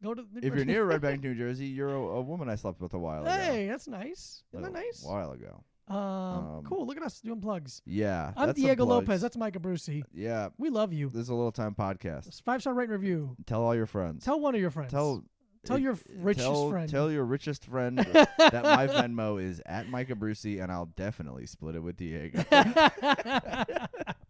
S2: go to.
S1: If you're
S2: <laughs>
S1: near Red Bank, New Jersey, you're a, a woman I slept with a while ago.
S2: hey, that's nice. Isn't that
S1: Little
S2: nice?
S1: While ago.
S2: Um,
S1: um,
S2: cool. Look at us doing plugs.
S1: Yeah.
S2: I'm
S1: that's some
S2: Diego
S1: plugs.
S2: Lopez. That's Micah Brucey.
S1: yeah.
S2: We love you.
S1: This is a little time podcast.
S2: Five star rate and review.
S1: Tell all your friends.
S2: Tell one of your friends. <laughs>
S1: tell <laughs>
S2: Tell
S1: it-
S2: your f- richest
S1: tell,
S2: friend.
S1: Tell your richest
S2: <laughs>
S1: friend that my Venmo is at Micah Brucey, and I'll definitely split it with Diego.
S2: All